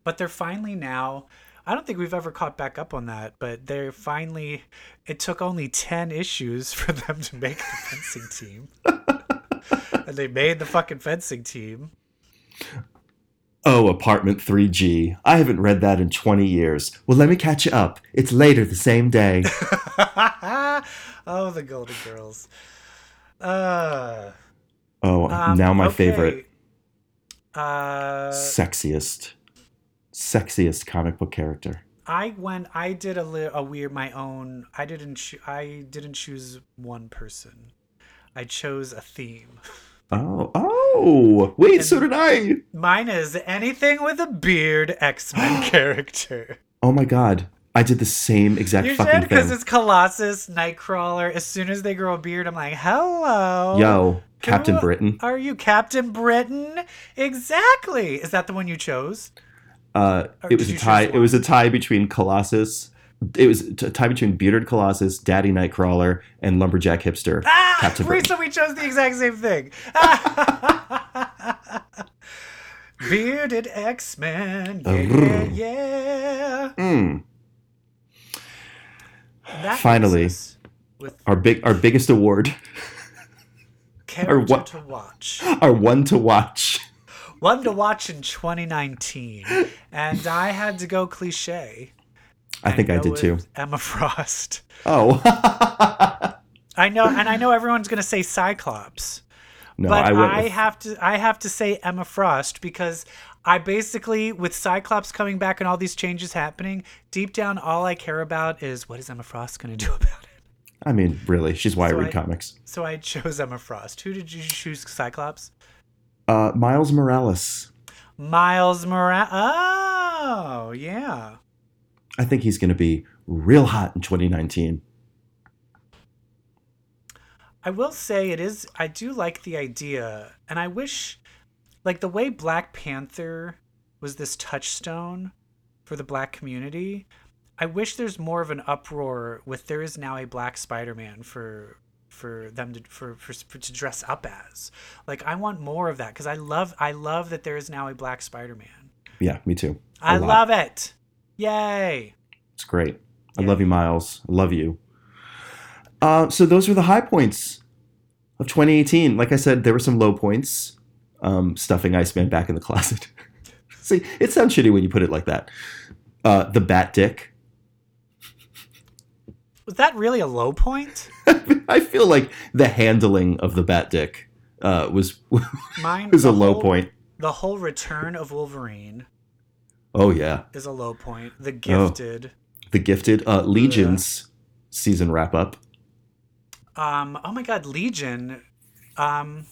Speaker 2: But they're finally now. I don't think we've ever caught back up on that, but they're finally. It took only 10 issues for them to make the fencing team. and they made the fucking fencing team.
Speaker 1: Oh, apartment 3G. I haven't read that in 20 years. Well, let me catch you up. It's later the same day.
Speaker 2: oh, the Golden Girls. Uh,
Speaker 1: Oh,
Speaker 2: um,
Speaker 1: now my
Speaker 2: okay.
Speaker 1: favorite.
Speaker 2: Uh,
Speaker 1: Sexiest. Sexiest comic book character.
Speaker 2: I went. I did a, li- a weird my own. I didn't. Cho- I didn't choose one person. I chose a theme.
Speaker 1: Oh, oh, wait, so
Speaker 2: And-
Speaker 1: did I.
Speaker 2: Mine is anything with a beard X Men character.
Speaker 1: Oh my god. I did the same exact
Speaker 2: You should
Speaker 1: fucking
Speaker 2: because
Speaker 1: thing.
Speaker 2: it's Colossus, Nightcrawler. As soon as they grow a beard, I'm like, hello.
Speaker 1: Yo,
Speaker 2: Can
Speaker 1: Captain
Speaker 2: we-
Speaker 1: Britain.
Speaker 2: Are you Captain Britain? Exactly. Is that the one you chose?
Speaker 1: Uh,
Speaker 2: Or
Speaker 1: it was a
Speaker 2: did you
Speaker 1: tie.
Speaker 2: choose
Speaker 1: It was a tie between Colossus. It was a tie between Bearded Colossus, Daddy Nightcrawler, and Lumberjack Hipster.
Speaker 2: Ah,
Speaker 1: Captain
Speaker 2: we,
Speaker 1: Britain.
Speaker 2: so we chose the exact same thing. Bearded X Men. Yeah, yeah,
Speaker 1: Arrgh.
Speaker 2: yeah.
Speaker 1: Mm.
Speaker 2: And that leaves
Speaker 1: Finally.
Speaker 2: us with
Speaker 1: Our big, our biggest award,
Speaker 2: character
Speaker 1: what-
Speaker 2: to watch.
Speaker 1: our one to watch.
Speaker 2: One to watch in 2019, and I had to go cliche.
Speaker 1: I think I
Speaker 2: and go
Speaker 1: did
Speaker 2: with
Speaker 1: too.
Speaker 2: Emma Frost.
Speaker 1: Oh
Speaker 2: I know, and I know everyone's gonna say Cyclops,
Speaker 1: no,
Speaker 2: but
Speaker 1: I
Speaker 2: I,
Speaker 1: went. with-
Speaker 2: have to. I have to say Emma Frost because I basically, with Cyclops coming back and all these changes happening, deep down, all I care about is what is Emma Frost gonna do about it.
Speaker 1: I mean, really, she's why
Speaker 2: So
Speaker 1: I read
Speaker 2: I-
Speaker 1: comics.
Speaker 2: So I chose Emma Frost. Who did you choose? Cyclops.
Speaker 1: Uh, Miles Morales.
Speaker 2: Miles Morales. Oh, yeah.
Speaker 1: I think he's going to be real hot in 2019.
Speaker 2: I will say it is. I do like the idea, and I wish, like the way Black Panther was this touchstone for the black community. I wish there's more of an uproar with there is now a black Spider-Man for for them to for, for, for to dress up as. Like I want more of that because I love I love that there is now a black Spider-Man.
Speaker 1: Yeah, me too. I
Speaker 2: I love it. Yay!
Speaker 1: It's great. I
Speaker 2: Yeah.
Speaker 1: love you, Miles. I love you. Uh, so those were the high points of 2018. Like I said, there were some low points. Um, stuffing Iceman back in the closet. See, it sounds shitty when you put it like that. Uh, the bat dick.
Speaker 2: Was that really a low point?
Speaker 1: I feel like the handling of the bat dick uh, was
Speaker 2: Mine
Speaker 1: was a
Speaker 2: the
Speaker 1: low
Speaker 2: whole-
Speaker 1: point.
Speaker 2: The whole return of Wolverine.
Speaker 1: Oh yeah,
Speaker 2: is a low point. The
Speaker 1: Oh.
Speaker 2: Gifted.
Speaker 1: the gifted uh, legions season wrap up.
Speaker 2: Um, oh my God, Legion. Um,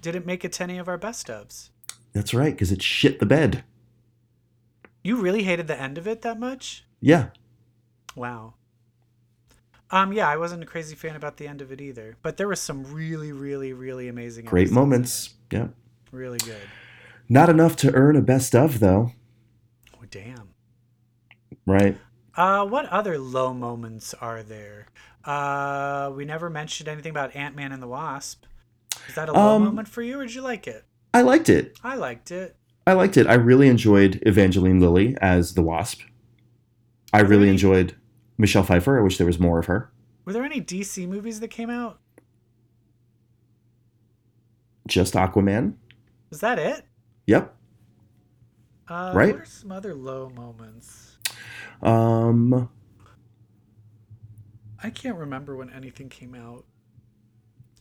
Speaker 2: didn't make it to any of our best ofs.
Speaker 1: That's right, because it shit the bed.
Speaker 2: You really hated the end of it that much?
Speaker 1: Yeah,
Speaker 2: Wow. Um, yeah, I wasn't a crazy fan about the end of it either, but there was some really, really, really amazing.
Speaker 1: great
Speaker 2: episodes in
Speaker 1: moments. Yeah,
Speaker 2: it. Really good.
Speaker 1: not enough to earn a best of though.
Speaker 2: What Oh, damn.
Speaker 1: Right.
Speaker 2: Uh, what other low moments are there? Uh, we never mentioned anything about Ant Man and the Wasp. Is that a low
Speaker 1: Um,
Speaker 2: moment for you, or did you like it?
Speaker 1: I liked it.
Speaker 2: I liked it.
Speaker 1: I liked it. I really enjoyed Evangeline Lilly as the Wasp. I really
Speaker 2: Really?
Speaker 1: enjoyed Michelle Pfeiffer. I wish there was more of her.
Speaker 2: Were there any DC movies that came out?
Speaker 1: Just Aquaman.
Speaker 2: Was that it?
Speaker 1: Yep.
Speaker 2: Uh,
Speaker 1: Right.
Speaker 2: What are some other low moments?
Speaker 1: Um,
Speaker 2: I can't remember when anything came out.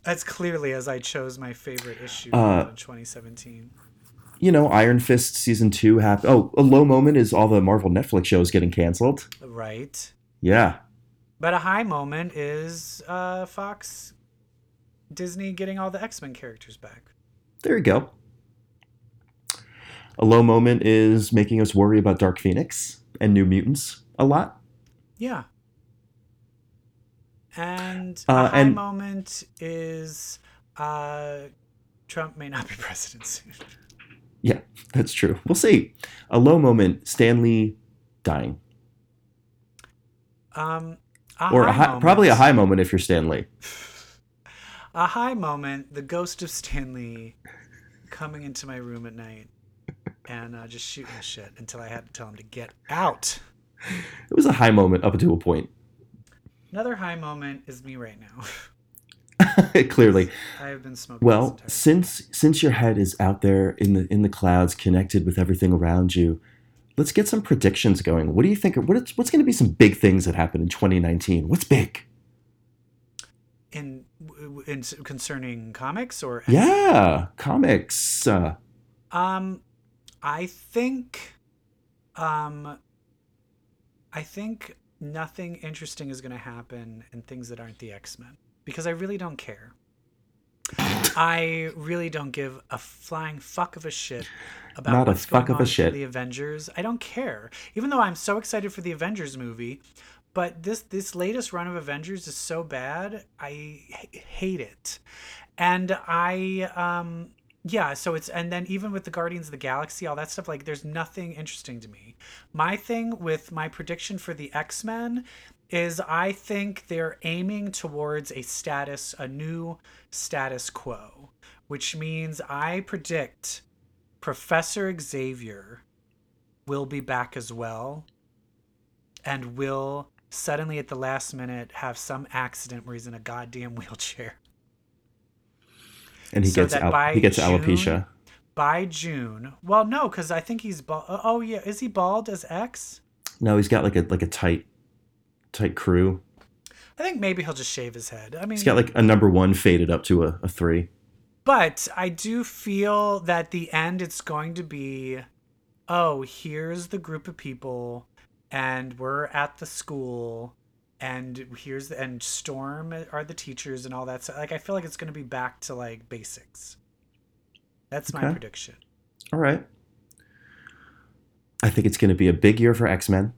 Speaker 2: As clearly as I chose my favorite issue
Speaker 1: Uh,
Speaker 2: in 2017.
Speaker 1: you know, Iron Fist season two happened. Oh, a low moment is all the Marvel Netflix shows getting canceled.
Speaker 2: Right.
Speaker 1: Yeah.
Speaker 2: But a high moment is uh, Fox, Disney getting all the X Men characters back.
Speaker 1: There you go. A low moment is making us worry about Dark Phoenix and New Mutants a lot.
Speaker 2: Yeah. And a
Speaker 1: Uh,
Speaker 2: high
Speaker 1: and-
Speaker 2: moment is uh, Trump may not be president soon.
Speaker 1: That's true. We'll see. A low moment, Stanley dying.
Speaker 2: Um, a
Speaker 1: or a
Speaker 2: high
Speaker 1: high,
Speaker 2: moment-
Speaker 1: probably a high moment if you're Stanley.
Speaker 2: a high moment. The ghost of Stanley coming into my room at night and uh, just shooting shit until I had to tell him to get out.
Speaker 1: It was a high moment up to a point,
Speaker 2: Another high moment is me right now.
Speaker 1: clearly.
Speaker 2: I have been smoking.
Speaker 1: Well,
Speaker 2: this entire-
Speaker 1: since since your head is out there in the in the clouds, connected with everything around you, let's get some predictions going. What do you think? What is, what's going to be some big things that happen in 2019? What's big?
Speaker 2: in, in concerning comics or
Speaker 1: Yeah, comics. Uh,
Speaker 2: Um, I think, um, I think nothing interesting is going to happen in things that aren't the X Men because I really don't care. I really don't give a flying fuck of a shit about
Speaker 1: Not a
Speaker 2: what's going
Speaker 1: fuck of a
Speaker 2: on in
Speaker 1: shit.
Speaker 2: the Avengers. I don't care, even though I'm so excited for the Avengers movie. But this this latest run of Avengers is so bad. I h- hate it, and I um yeah. So it's and then even with the Guardians of the Galaxy, all that stuff. Like, there's nothing interesting to me. My thing with my prediction for the X Men is I think they're aiming towards a status, a new status quo, which means I predict Professor Xavier will be back as well and will suddenly at the last minute have some accident where he's in a goddamn wheelchair.
Speaker 1: and he
Speaker 2: So
Speaker 1: gets
Speaker 2: that
Speaker 1: al-
Speaker 2: by
Speaker 1: he gets
Speaker 2: June-
Speaker 1: alopecia.
Speaker 2: By June, well, no, because I think he's bald. Oh, yeah. Is he bald as X?
Speaker 1: No, he's got like a like a tight tight crew.
Speaker 2: I think maybe he'll just shave his head. I mean,
Speaker 1: He's got like a number one faded up to a, a three.
Speaker 2: But I do feel that the end it's going to be oh, here's the group of people and we're at the school and here's the and Storm are the teachers and all that so like I feel like it's gonna be back to like basics. That's my
Speaker 1: Okay.
Speaker 2: prediction.
Speaker 1: All right. I think it's going to be a big year for X Men.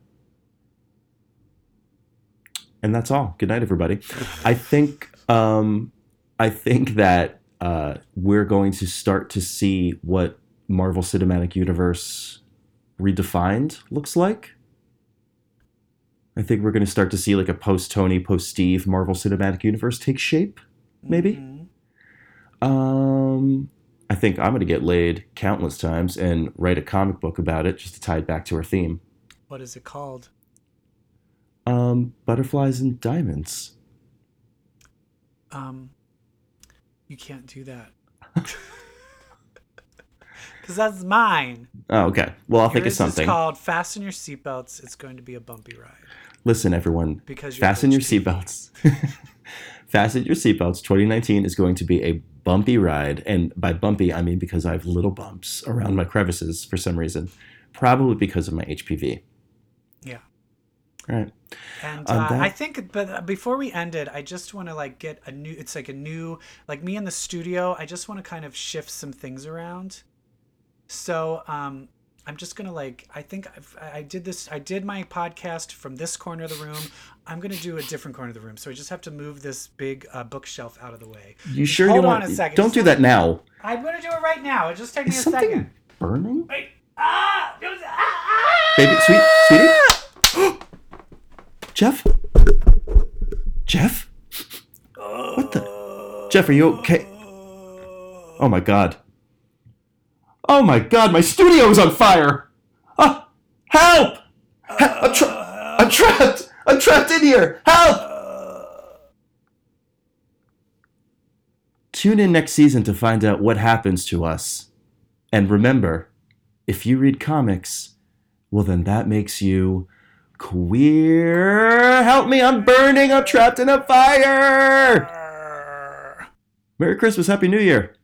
Speaker 1: And that's all. Good night, everybody. I think um, I think that uh, we're going to start to see what Marvel Cinematic Universe redefined looks like. I think we're going to start to see like a post Tony, post Steve Marvel Cinematic Universe take shape. Maybe.
Speaker 2: Mhm.
Speaker 1: Um, I think I'm gonna get laid countless times and write a comic book about it just to tie it back to our theme.
Speaker 2: What is it called?
Speaker 1: Um, butterflies and diamonds.
Speaker 2: Um you can't do that. Cause that's mine.
Speaker 1: Oh, okay. Well, I'll think of
Speaker 2: Yours
Speaker 1: something.
Speaker 2: Is called Fasten Your Seatbelts. It's going to be a bumpy ride.
Speaker 1: Listen, everyone,
Speaker 2: because you're
Speaker 1: fasten your
Speaker 2: HP.
Speaker 1: seatbelts. fasten your seatbelts. 2019 is going to be a bumpy ride, and by bumpy, I mean because I have little bumps around my crevices for some reason, probably because of my HPV.
Speaker 2: Yeah.
Speaker 1: All right.
Speaker 2: And
Speaker 1: On
Speaker 2: uh,
Speaker 1: that-
Speaker 2: I think, but before we end it, I just want to like get a new. It's like a new, like me in the studio. I just want to kind of shift some things around. So um, I'm just gonna like. I think I've, I I did this. I did my podcast from this corner of the room. I'm gonna do a different corner of the room. So I just have to move this big uh, bookshelf out of the way.
Speaker 1: You sure
Speaker 2: Hold
Speaker 1: you
Speaker 2: on
Speaker 1: want?
Speaker 2: a second.
Speaker 1: Don't do that now.
Speaker 2: I'm gonna do it right now. It just takes me
Speaker 1: Is
Speaker 2: a
Speaker 1: something
Speaker 2: second.
Speaker 1: burning?
Speaker 2: Wait. Ah! It was, ah,
Speaker 1: Baby, sweet, sweetie. Jeff? Jeff?
Speaker 2: ah!
Speaker 1: What the? Jeff, are you okay? Oh my god. Oh my god, my studio is on fire! Ah, help! He- I'm, tra- I'm trapped! I'm trapped in here! Help! Tune in next season to find out what happens to us. And remember, if you read comics, well, then that makes you queer. Help me, I'm burning, I'm trapped in a fire! Merry Christmas, Happy New Year!